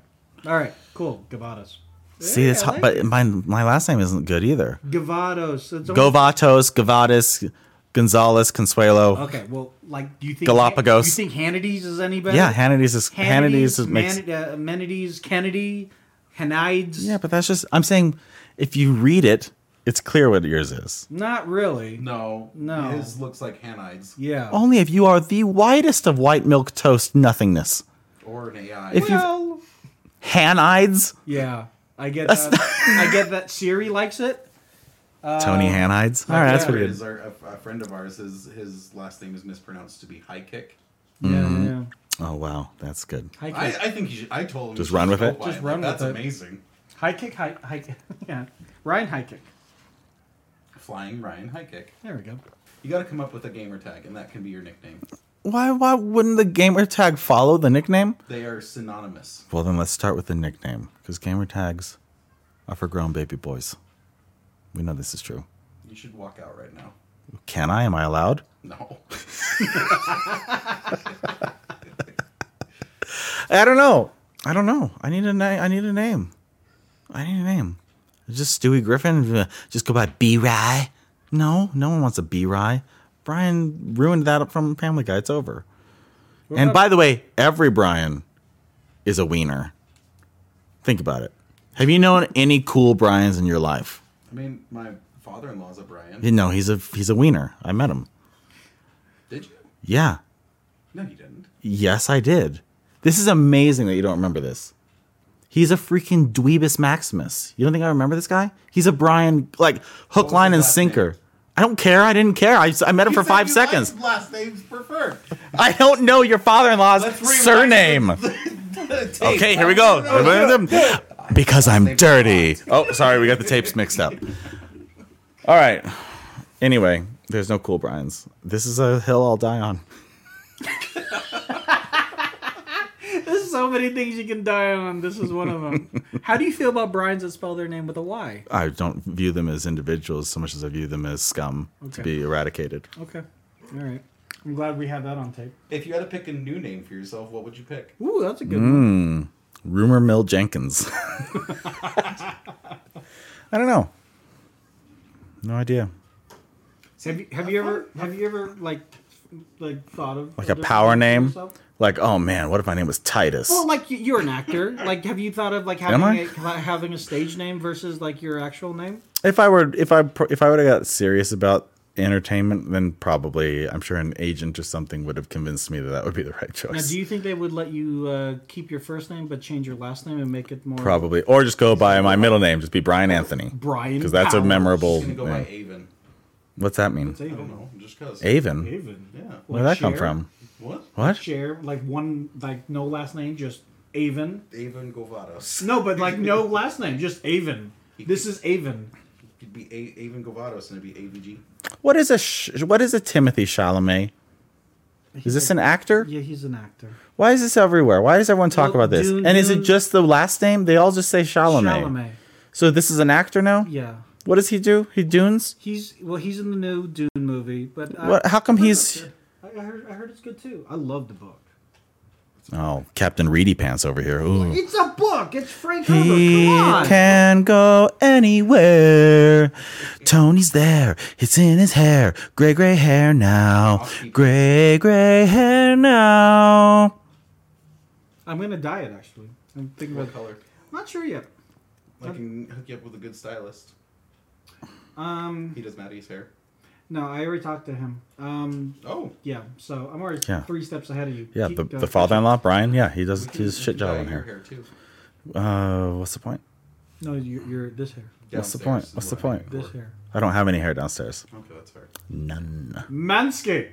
[SPEAKER 2] All right. Cool. Gavados.
[SPEAKER 1] See, it's
[SPEAKER 2] I
[SPEAKER 1] hot,
[SPEAKER 2] like
[SPEAKER 1] but my my last name isn't good either.
[SPEAKER 2] Gavados. It's only-
[SPEAKER 1] Govatos, Gavadas, Gonzalez, Consuelo.
[SPEAKER 2] Okay. Well, like, do you think
[SPEAKER 1] Galapagos.
[SPEAKER 2] You think Hannity's is any better?
[SPEAKER 1] Yeah, Hannity's is Hannity's, is makes
[SPEAKER 2] Man- uh, Amenities. Kennedy. Hanides.
[SPEAKER 1] Yeah, but that's just I'm saying if you read it, it's clear what yours is.
[SPEAKER 2] Not really.
[SPEAKER 3] No.
[SPEAKER 2] No.
[SPEAKER 3] His looks like Hannity's
[SPEAKER 2] Yeah.
[SPEAKER 1] Only if you are the whitest of white milk toast nothingness.
[SPEAKER 3] or an AI.
[SPEAKER 1] If you-
[SPEAKER 2] well.
[SPEAKER 1] Hanides?
[SPEAKER 2] Yeah. I get that. I get that Siri likes it. Uh,
[SPEAKER 1] Tony Hanides? All right, that's
[SPEAKER 2] favorite
[SPEAKER 1] weird.
[SPEAKER 3] Is our, a, a friend of ours. His his last name is mispronounced to be High Kick.
[SPEAKER 2] Yeah. yeah.
[SPEAKER 1] Oh, wow. That's good.
[SPEAKER 2] High kick.
[SPEAKER 3] I, I think he should. I told him
[SPEAKER 1] Just
[SPEAKER 3] he should
[SPEAKER 1] run with
[SPEAKER 3] go
[SPEAKER 1] it?
[SPEAKER 3] by
[SPEAKER 2] Just
[SPEAKER 3] him.
[SPEAKER 2] run with
[SPEAKER 3] That's
[SPEAKER 2] it.
[SPEAKER 3] amazing.
[SPEAKER 2] High kick, high, high kick. Yeah. Ryan high kick.
[SPEAKER 3] Flying Ryan High Kick.
[SPEAKER 2] There we go.
[SPEAKER 3] You got to come up with a gamer tag, and that can be your nickname.
[SPEAKER 1] Why why wouldn't the gamer tag follow the nickname?
[SPEAKER 3] They are synonymous.
[SPEAKER 1] Well then let's start with the nickname, because gamer tags are for grown baby boys. We know this is true.
[SPEAKER 3] You should walk out right now.
[SPEAKER 1] Can I? Am I allowed?
[SPEAKER 3] No.
[SPEAKER 1] I don't know. I don't know. I need a na- I need a name. I need a name. Just Stewie Griffin. Uh, Just go by B Rye. No, no one wants a B Rye. Brian ruined that from Family Guy. It's over. and
[SPEAKER 2] about-
[SPEAKER 1] by the way, every Brian is a wiener. Think about it. Have you known any cool Brians in your life?
[SPEAKER 3] I mean, my father-in-law's a Brian.
[SPEAKER 1] No, he's a he's a wiener. I met him.
[SPEAKER 3] Did you?
[SPEAKER 1] Yeah.
[SPEAKER 3] No, you didn't.
[SPEAKER 1] Yes, I did. This is amazing that you don't remember this. He's a freaking Dweebus Maximus. You don't think I remember this guy? He's a Brian, like, hook,
[SPEAKER 3] was
[SPEAKER 1] line,
[SPEAKER 3] his
[SPEAKER 1] and
[SPEAKER 3] last name?
[SPEAKER 1] sinker. I don't care. I didn't care. I, s- I met him for five seconds.
[SPEAKER 3] Last names preferred.
[SPEAKER 1] I don't know your father in law's
[SPEAKER 3] Let's rewind
[SPEAKER 1] surname. Okay, here we go. Because I'm dirty. Oh, sorry, we got the tapes mixed up. All right. Anyway, there's no cool Brian's. This is a hill I'll die on.
[SPEAKER 2] There's so many things you can die on. This is one of them. How do you feel about Brian's that spell their name with a Y?
[SPEAKER 1] I don't view them as individuals so much as I view them as scum to
[SPEAKER 2] Okay.
[SPEAKER 1] be eradicated.
[SPEAKER 2] Okay. All right. I'm glad we have that on tape.
[SPEAKER 3] If you had to pick a new name for yourself, what would you pick?
[SPEAKER 2] Ooh, that's a good
[SPEAKER 1] Mm.
[SPEAKER 2] one.
[SPEAKER 1] Rumor Mill Jenkins. I don't know. No idea.
[SPEAKER 2] Have you have you ever have you ever like like thought of
[SPEAKER 1] Like a
[SPEAKER 2] different
[SPEAKER 1] power
[SPEAKER 2] name
[SPEAKER 1] name?
[SPEAKER 2] for yourself?
[SPEAKER 1] Like, oh man, what if my name was Titus?
[SPEAKER 2] Well, like you- you're an actor. Like, have you thought of like
[SPEAKER 1] Am
[SPEAKER 2] having
[SPEAKER 1] I?
[SPEAKER 2] a, having a stage name versus like your actual name?
[SPEAKER 1] if I were, if I, pro- if I would have got serious about entertainment, then probably I'm sure an agent or something would have convinced me that that would be the right
[SPEAKER 2] Now,
[SPEAKER 1] choice.
[SPEAKER 2] do you think they would let you uh, keep your first name but change your last name and make it more
[SPEAKER 1] probably, or just go by my middle name, just be Brian Anthony,
[SPEAKER 2] Brian?
[SPEAKER 1] because that's a
[SPEAKER 2] Powell?
[SPEAKER 1] memorable.
[SPEAKER 3] She's gonna go by
[SPEAKER 1] name.
[SPEAKER 3] Avon.
[SPEAKER 1] What's that mean?
[SPEAKER 2] It's Avon.
[SPEAKER 3] I don't know, just cause.
[SPEAKER 1] Avon.
[SPEAKER 2] Avon.
[SPEAKER 3] Yeah.
[SPEAKER 1] Where did that
[SPEAKER 2] Like
[SPEAKER 1] come
[SPEAKER 2] share?
[SPEAKER 1] from?
[SPEAKER 3] What?
[SPEAKER 1] What?
[SPEAKER 2] Share like one like no last name, just Avon.
[SPEAKER 3] Avon Govados.
[SPEAKER 2] No, but like no last name, just Avon. This is Avon.
[SPEAKER 3] It'd be a- Avon Govados and it'd be AVG.
[SPEAKER 1] What is a sh- what is a Timothy Chalamet? Is this an actor?
[SPEAKER 2] Yeah, he's an actor.
[SPEAKER 1] Why is this everywhere? Why does everyone talk
[SPEAKER 2] Well,
[SPEAKER 1] about this?
[SPEAKER 2] Dune-
[SPEAKER 1] and is it
[SPEAKER 2] Dune-
[SPEAKER 1] just the last name? They all just say Chalamet.
[SPEAKER 2] Chalamet.
[SPEAKER 1] So this is an actor now.
[SPEAKER 2] Yeah,
[SPEAKER 1] What does he do? He dunes.
[SPEAKER 2] he's well, he's in the new Dune movie. But I,
[SPEAKER 1] What? How come he's?
[SPEAKER 2] I, I heard, I heard it's good too. I love the book.
[SPEAKER 1] Oh, Captain Reedy Pants over here. Ooh.
[SPEAKER 2] It's a book. It's Frank Herbert.
[SPEAKER 1] He
[SPEAKER 2] Come on.
[SPEAKER 1] can go anywhere. Tony's there. It's in his hair. Gray, gray hair now. Gray, gray hair now.
[SPEAKER 2] I'm gonna dye it actually. I'm thinking
[SPEAKER 3] What
[SPEAKER 2] about.
[SPEAKER 3] color?
[SPEAKER 2] I'm not sure yet.
[SPEAKER 3] I can hook you up with a good stylist.
[SPEAKER 2] Um,
[SPEAKER 3] He does Maddie's hair.
[SPEAKER 2] no, I already talked to him. Um,
[SPEAKER 3] Oh.
[SPEAKER 2] yeah. So I'm already
[SPEAKER 1] Yeah.
[SPEAKER 2] three steps ahead of you.
[SPEAKER 1] Yeah,
[SPEAKER 2] Keep
[SPEAKER 1] the,
[SPEAKER 2] going.
[SPEAKER 1] the father-in-law, Brian. Yeah, he does
[SPEAKER 3] we can-
[SPEAKER 1] his
[SPEAKER 3] we
[SPEAKER 1] shit
[SPEAKER 3] can
[SPEAKER 1] job
[SPEAKER 3] dye
[SPEAKER 1] on
[SPEAKER 3] your
[SPEAKER 1] here.
[SPEAKER 3] hair too.
[SPEAKER 1] Uh, what's the point?
[SPEAKER 2] No, you're, you're this hair.
[SPEAKER 1] What's the point?
[SPEAKER 3] Downstairs
[SPEAKER 1] What's
[SPEAKER 3] is
[SPEAKER 1] the
[SPEAKER 3] what I
[SPEAKER 1] point?
[SPEAKER 2] This
[SPEAKER 3] do.
[SPEAKER 2] hair.
[SPEAKER 1] I don't have any hair downstairs.
[SPEAKER 3] Okay, that's fair.
[SPEAKER 1] None.
[SPEAKER 2] Manscaped.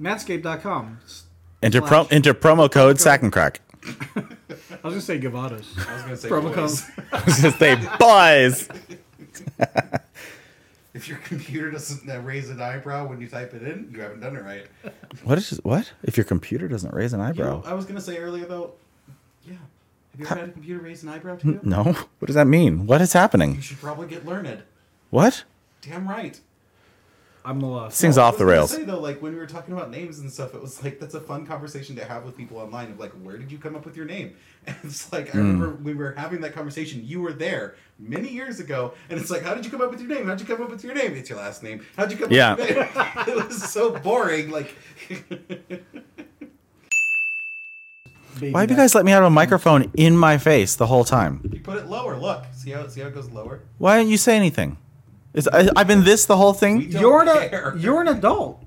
[SPEAKER 2] Manscaped.com.
[SPEAKER 1] Enter, pro-
[SPEAKER 2] Flash.
[SPEAKER 1] enter promo code sack and crack.
[SPEAKER 2] I was gonna say Gavados.
[SPEAKER 3] I was gonna say
[SPEAKER 2] Promo
[SPEAKER 3] boys.
[SPEAKER 2] code.
[SPEAKER 1] Just say boys.
[SPEAKER 3] If your computer doesn't uh, raise an eyebrow when you type it in, you haven't done it right.
[SPEAKER 1] What is what? If your computer doesn't raise an
[SPEAKER 3] You uh, know,
[SPEAKER 1] eyebrow?
[SPEAKER 3] I was gonna say earlier though. Yeah. Have you ever had a computer raise an eyebrow to you?
[SPEAKER 1] No. What does that mean? What is
[SPEAKER 3] You
[SPEAKER 1] happening?
[SPEAKER 3] should probably get learned.
[SPEAKER 1] What?
[SPEAKER 3] Damn right.
[SPEAKER 2] I'm lost.
[SPEAKER 1] This thing's
[SPEAKER 3] I
[SPEAKER 1] off
[SPEAKER 3] was
[SPEAKER 1] the
[SPEAKER 3] gonna
[SPEAKER 1] rails.
[SPEAKER 3] Say though, like when we were talking about names and stuff, it was like that's a fun conversation to have with people online. Of like, where did you come up with your name? And it's like
[SPEAKER 1] Hmm.
[SPEAKER 3] I remember we were having that conversation. You were there many years ago, and it's like, how did you come up with your name? How'd you come up with your name? It's your last name. How'd you come?
[SPEAKER 1] Yeah.
[SPEAKER 3] up with your name? it was so boring. Like,
[SPEAKER 2] Baby
[SPEAKER 1] Why have you
[SPEAKER 2] back.
[SPEAKER 1] guys let me have a microphone in my face the whole time?
[SPEAKER 3] you put it lower. Look, see how see how it goes lower.
[SPEAKER 1] Why didn't you say anything? Is I, I've been this the whole thing?
[SPEAKER 3] don't
[SPEAKER 2] You're
[SPEAKER 3] care.
[SPEAKER 2] an you're an adult.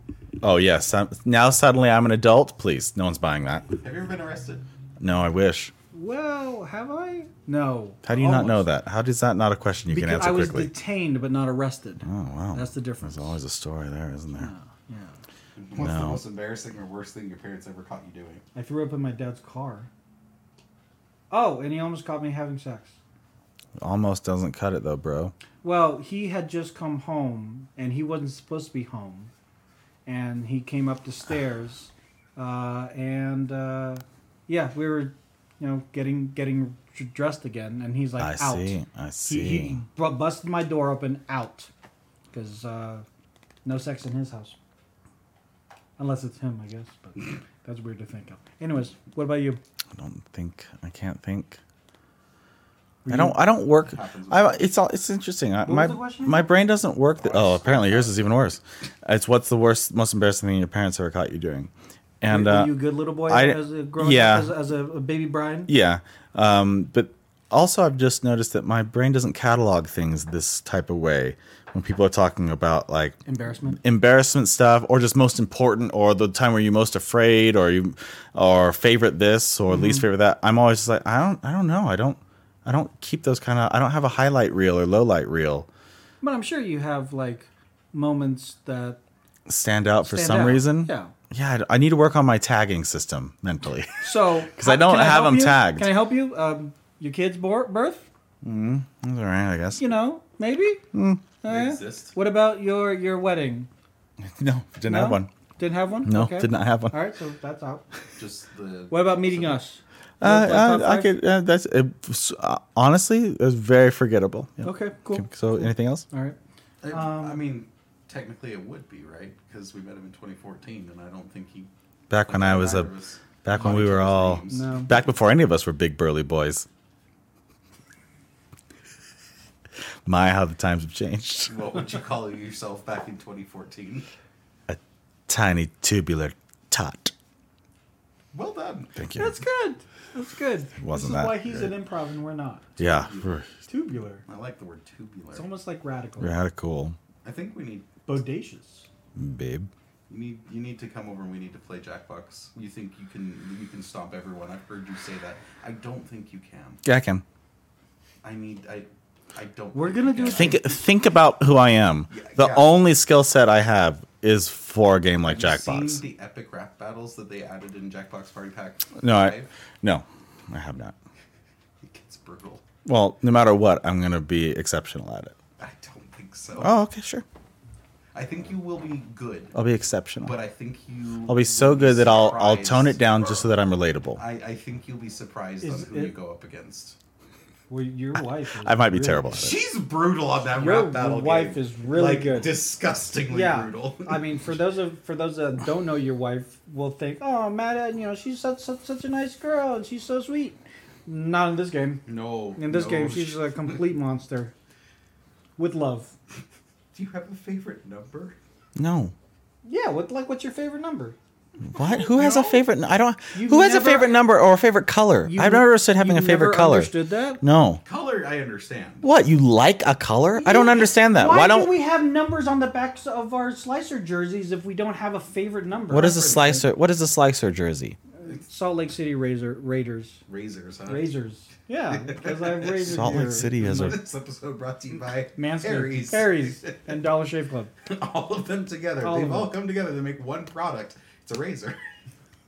[SPEAKER 1] Oh yes. I'm, now suddenly I'm an adult. Please, no one's buying that.
[SPEAKER 3] Have you ever been arrested?
[SPEAKER 1] No, I wish.
[SPEAKER 2] Well, have I? No.
[SPEAKER 1] How do you not know
[SPEAKER 2] Almost.
[SPEAKER 1] that? How is that not a question you
[SPEAKER 2] Because
[SPEAKER 1] can answer
[SPEAKER 2] I was
[SPEAKER 1] quickly?
[SPEAKER 2] detained but not arrested.
[SPEAKER 1] oh wow.
[SPEAKER 2] That's the difference. Uh,
[SPEAKER 1] There's always a story there, isn't there?
[SPEAKER 2] Yeah.
[SPEAKER 3] What's the
[SPEAKER 1] No.
[SPEAKER 3] most embarrassing or worst thing your parents ever caught you doing?
[SPEAKER 2] I threw up in my dad's car. Oh, and he almost caught me having sex.
[SPEAKER 1] Almost doesn't cut it though, bro.
[SPEAKER 2] Well, he had just come home and he wasn't supposed to be home. And he came up the stairs. Uh, and uh, yeah, we were, you know, getting getting dressed again. And he's like,
[SPEAKER 1] I
[SPEAKER 2] out.
[SPEAKER 1] see. I
[SPEAKER 2] He,
[SPEAKER 1] see.
[SPEAKER 2] he bu- busted my door open out because uh, no sex in his house. Unless it's him, I guess. But that's weird to think of. Anyways, what about you?
[SPEAKER 1] I don't think. I can't think.
[SPEAKER 2] Were
[SPEAKER 1] I don't. I don't work.
[SPEAKER 3] happens with
[SPEAKER 1] I, it's all. It's interesting. I,
[SPEAKER 2] was
[SPEAKER 1] my
[SPEAKER 2] the question?
[SPEAKER 1] my brain doesn't work. That, oh,
[SPEAKER 3] Worse.
[SPEAKER 1] apparently yours is even worse. It's what's the worst, most embarrassing thing your parents ever caught you doing, and
[SPEAKER 2] were,
[SPEAKER 1] uh,
[SPEAKER 2] were you a good little boy
[SPEAKER 1] I-
[SPEAKER 2] as a growing
[SPEAKER 1] yeah.
[SPEAKER 2] up, as, as a, a baby Brian?
[SPEAKER 1] yeah. Um, but also, I've just noticed that my brain doesn't catalog things this type of way when people are talking about like
[SPEAKER 2] Embarrassment.
[SPEAKER 1] embarrassment stuff or just most important or the time where you're most afraid or you or favorite this or
[SPEAKER 2] Mm-hmm.
[SPEAKER 1] least favorite that i'm always just like i don't i don't know i don't i don't keep those kind of i don't have a highlight reel or low light reel
[SPEAKER 2] But I'm sure you have like moments that
[SPEAKER 1] stand out for
[SPEAKER 2] stand
[SPEAKER 1] some
[SPEAKER 2] out.
[SPEAKER 1] reason
[SPEAKER 2] Yeah.
[SPEAKER 1] yeah I- i need to work on my tagging system mentally
[SPEAKER 2] So
[SPEAKER 1] 'Cause I don't
[SPEAKER 2] can
[SPEAKER 1] have
[SPEAKER 2] help
[SPEAKER 1] them
[SPEAKER 2] you?
[SPEAKER 1] tagged.
[SPEAKER 2] Can I help you? Um, your kid's bor- birth?
[SPEAKER 1] That's all right i guess
[SPEAKER 2] You know, maybe.
[SPEAKER 1] Hmm.
[SPEAKER 2] Uh,
[SPEAKER 3] Exist.
[SPEAKER 2] What about your your wedding?
[SPEAKER 1] no didn't have
[SPEAKER 2] No?
[SPEAKER 1] one
[SPEAKER 2] Didn't have one.
[SPEAKER 1] no
[SPEAKER 2] Okay.
[SPEAKER 1] did not have one
[SPEAKER 2] All right, so that's out.
[SPEAKER 3] Just the.
[SPEAKER 2] What about meeting us?
[SPEAKER 1] uh,
[SPEAKER 2] Top
[SPEAKER 1] uh, i
[SPEAKER 2] five?
[SPEAKER 1] could uh, that's it, was, uh, honestly it was very forgettable Yeah.
[SPEAKER 2] Okay, cool.
[SPEAKER 1] so anything else
[SPEAKER 2] All right.
[SPEAKER 3] I,
[SPEAKER 2] Um,
[SPEAKER 3] I mean, technically it would be right because we met him in 2014, and I don't think he.
[SPEAKER 1] back when i was a
[SPEAKER 3] either of us
[SPEAKER 1] back when
[SPEAKER 3] caught
[SPEAKER 1] we
[SPEAKER 3] each
[SPEAKER 1] were
[SPEAKER 3] other's
[SPEAKER 1] all
[SPEAKER 3] names.
[SPEAKER 2] No.
[SPEAKER 1] Back before any of us were big burly boys. My, how the times have changed.
[SPEAKER 3] What would you call yourself back in 2014?
[SPEAKER 1] A tiny tubular tot.
[SPEAKER 3] Well done.
[SPEAKER 1] Thank you.
[SPEAKER 2] That's good. That's good. this
[SPEAKER 1] wasn't
[SPEAKER 2] is
[SPEAKER 1] that
[SPEAKER 2] why he's
[SPEAKER 1] great.
[SPEAKER 2] an improv and we're not.
[SPEAKER 1] yeah, we're
[SPEAKER 2] Tubular.
[SPEAKER 3] I like the word tubular.
[SPEAKER 2] It's almost like radical.
[SPEAKER 1] radical.
[SPEAKER 3] I think we need.
[SPEAKER 2] Bodacious.
[SPEAKER 1] babe.
[SPEAKER 3] You need you need to come over and we need to play Jackbox. You think you can you can stop everyone? I've heard you say that. I don't think you can.
[SPEAKER 1] Yeah, I can.
[SPEAKER 3] I need I I don't.
[SPEAKER 2] We're
[SPEAKER 3] think
[SPEAKER 2] gonna
[SPEAKER 3] you
[SPEAKER 2] do
[SPEAKER 3] can.
[SPEAKER 2] a
[SPEAKER 1] Think think about who I am.
[SPEAKER 3] Yeah,
[SPEAKER 1] The
[SPEAKER 3] yeah.
[SPEAKER 1] only skill set I have is for a game like
[SPEAKER 3] Have you
[SPEAKER 1] Jackbox.
[SPEAKER 3] Seen the epic rap battles that they added in Jackbox Party Pack.
[SPEAKER 1] No, I,
[SPEAKER 3] five?
[SPEAKER 1] no, I have not.
[SPEAKER 3] It gets brutal.
[SPEAKER 1] Well, no matter what, I'm gonna be exceptional at it.
[SPEAKER 3] I don't think so.
[SPEAKER 1] Oh, okay, sure.
[SPEAKER 3] I think you will be good,
[SPEAKER 1] I'll be exceptional.
[SPEAKER 3] but I think you.
[SPEAKER 1] I'll be so good that I'll I'll tone it
[SPEAKER 3] surprised.
[SPEAKER 1] down just so that I'm relatable.
[SPEAKER 3] I, I think you'll be surprised
[SPEAKER 2] Is
[SPEAKER 3] on who
[SPEAKER 2] it-
[SPEAKER 3] you go up against.
[SPEAKER 2] Well, your wife. Is
[SPEAKER 1] I might be
[SPEAKER 2] really-
[SPEAKER 1] terrible at it.
[SPEAKER 3] She's brutal on that
[SPEAKER 2] Your
[SPEAKER 3] rap battle.
[SPEAKER 2] wife
[SPEAKER 3] game.
[SPEAKER 2] is really
[SPEAKER 3] like,
[SPEAKER 2] good.
[SPEAKER 3] Disgustingly
[SPEAKER 2] Yeah,
[SPEAKER 3] brutal.
[SPEAKER 2] I mean, for those of for those that don't know your wife, will think, oh, Matt, you know, she's such, such such a nice girl and she's so sweet. Not in this game.
[SPEAKER 3] no.
[SPEAKER 2] In this
[SPEAKER 3] no,
[SPEAKER 2] game, she's
[SPEAKER 3] sh-
[SPEAKER 2] a complete monster. With love.
[SPEAKER 3] Do you have a favorite number?
[SPEAKER 1] No.
[SPEAKER 2] Yeah. What like what's your favorite number?
[SPEAKER 1] What? Who has a
[SPEAKER 3] No.
[SPEAKER 1] favorite? n- I don't.
[SPEAKER 2] You've
[SPEAKER 1] who has a
[SPEAKER 2] never-
[SPEAKER 1] favorite number or a favorite color?
[SPEAKER 2] You-
[SPEAKER 1] I've never understood having a
[SPEAKER 2] you
[SPEAKER 1] favorite
[SPEAKER 2] never
[SPEAKER 1] color.
[SPEAKER 2] Understood that?
[SPEAKER 1] No.
[SPEAKER 3] Color, I understand.
[SPEAKER 1] What? You like a color? I don't understand that. Why,
[SPEAKER 2] Why,
[SPEAKER 1] don't?
[SPEAKER 2] do we have numbers on the backs of our slicer jerseys if we don't have a favorite number?
[SPEAKER 1] what is a slicer? What is a slicer jersey?
[SPEAKER 2] Salt Lake City Razor Raiders.
[SPEAKER 3] Razors, huh?
[SPEAKER 2] Razors. Yeah, because I have razors.
[SPEAKER 1] Salt Lake
[SPEAKER 2] here.
[SPEAKER 1] City has a.
[SPEAKER 3] This episode brought to you by
[SPEAKER 2] Manscaped,
[SPEAKER 3] Harry's.
[SPEAKER 2] Harry's, and Dollar Shave Club.
[SPEAKER 3] All of them together.
[SPEAKER 2] All
[SPEAKER 3] They've
[SPEAKER 2] of
[SPEAKER 3] all
[SPEAKER 2] them.
[SPEAKER 3] come together to make one product. It's a razor.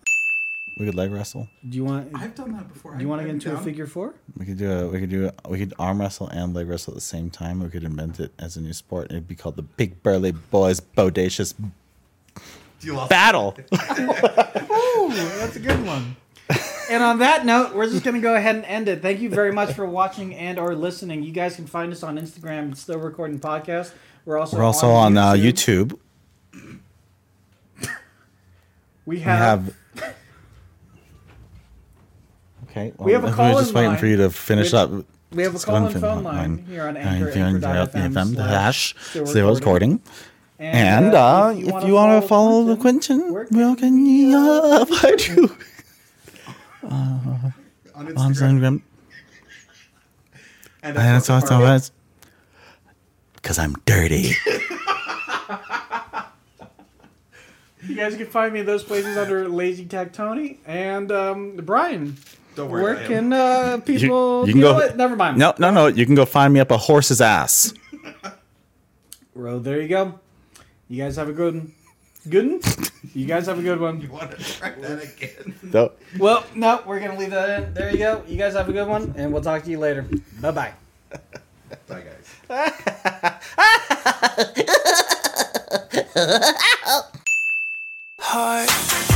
[SPEAKER 1] We could leg wrestle.
[SPEAKER 2] Do you want? Do
[SPEAKER 3] I've done that before.
[SPEAKER 2] you want to get into a figure four?
[SPEAKER 1] We could do a. We could do. A, we could arm wrestle and leg wrestle at the same time. We could invent it as a new sport. It'd be called the Big Burly Boys Bodacious
[SPEAKER 3] You lost
[SPEAKER 1] Battle.
[SPEAKER 2] Ooh, that's a good one. and on that note, we're just gonna go ahead and end it. Thank you very much for watching and or listening. You guys can find us on Instagram, Still Recording Podcast. We're also
[SPEAKER 1] We're also on uh, YouTube.
[SPEAKER 2] We
[SPEAKER 1] We
[SPEAKER 2] have,
[SPEAKER 1] have. Okay. Well,
[SPEAKER 2] We have a
[SPEAKER 1] I was
[SPEAKER 2] call
[SPEAKER 1] just
[SPEAKER 2] in
[SPEAKER 1] waiting
[SPEAKER 2] line.
[SPEAKER 1] for you to finish
[SPEAKER 2] We have-
[SPEAKER 1] up.
[SPEAKER 2] we have a
[SPEAKER 1] It's
[SPEAKER 2] call-in
[SPEAKER 1] one
[SPEAKER 2] phone
[SPEAKER 1] thing,
[SPEAKER 2] line
[SPEAKER 1] one.
[SPEAKER 2] here on
[SPEAKER 1] I
[SPEAKER 2] Anchor,
[SPEAKER 1] think
[SPEAKER 2] anchor.fm
[SPEAKER 1] FM
[SPEAKER 2] slash
[SPEAKER 1] slash
[SPEAKER 2] still
[SPEAKER 1] still recording. And uh, if you want to follow the Quentin,
[SPEAKER 2] Quentin,
[SPEAKER 1] well, can you uh, apply to
[SPEAKER 3] on
[SPEAKER 1] on
[SPEAKER 3] Instagram.
[SPEAKER 1] Instagram?
[SPEAKER 3] And
[SPEAKER 1] And it's
[SPEAKER 3] also
[SPEAKER 1] also
[SPEAKER 3] our-
[SPEAKER 1] us because I'm dirty.
[SPEAKER 2] you guys can find me in those places under Lazy Tag Tony and um, Brian.
[SPEAKER 3] Don't worry.
[SPEAKER 2] Where
[SPEAKER 3] about him.
[SPEAKER 2] can uh, people?
[SPEAKER 1] you can
[SPEAKER 2] know
[SPEAKER 1] go-
[SPEAKER 2] what? Never mind.
[SPEAKER 1] no, no, no. You can go find me up a horse's ass.
[SPEAKER 2] Well, there you go. You guys have a good one. Good one? You guys have a good one.
[SPEAKER 3] You want to try that again?
[SPEAKER 1] So-
[SPEAKER 2] Well, no, we're going to leave that in. There you go. You guys have a good one, and we'll talk to you later. Bye bye.
[SPEAKER 3] Bye, guys.
[SPEAKER 4] heart.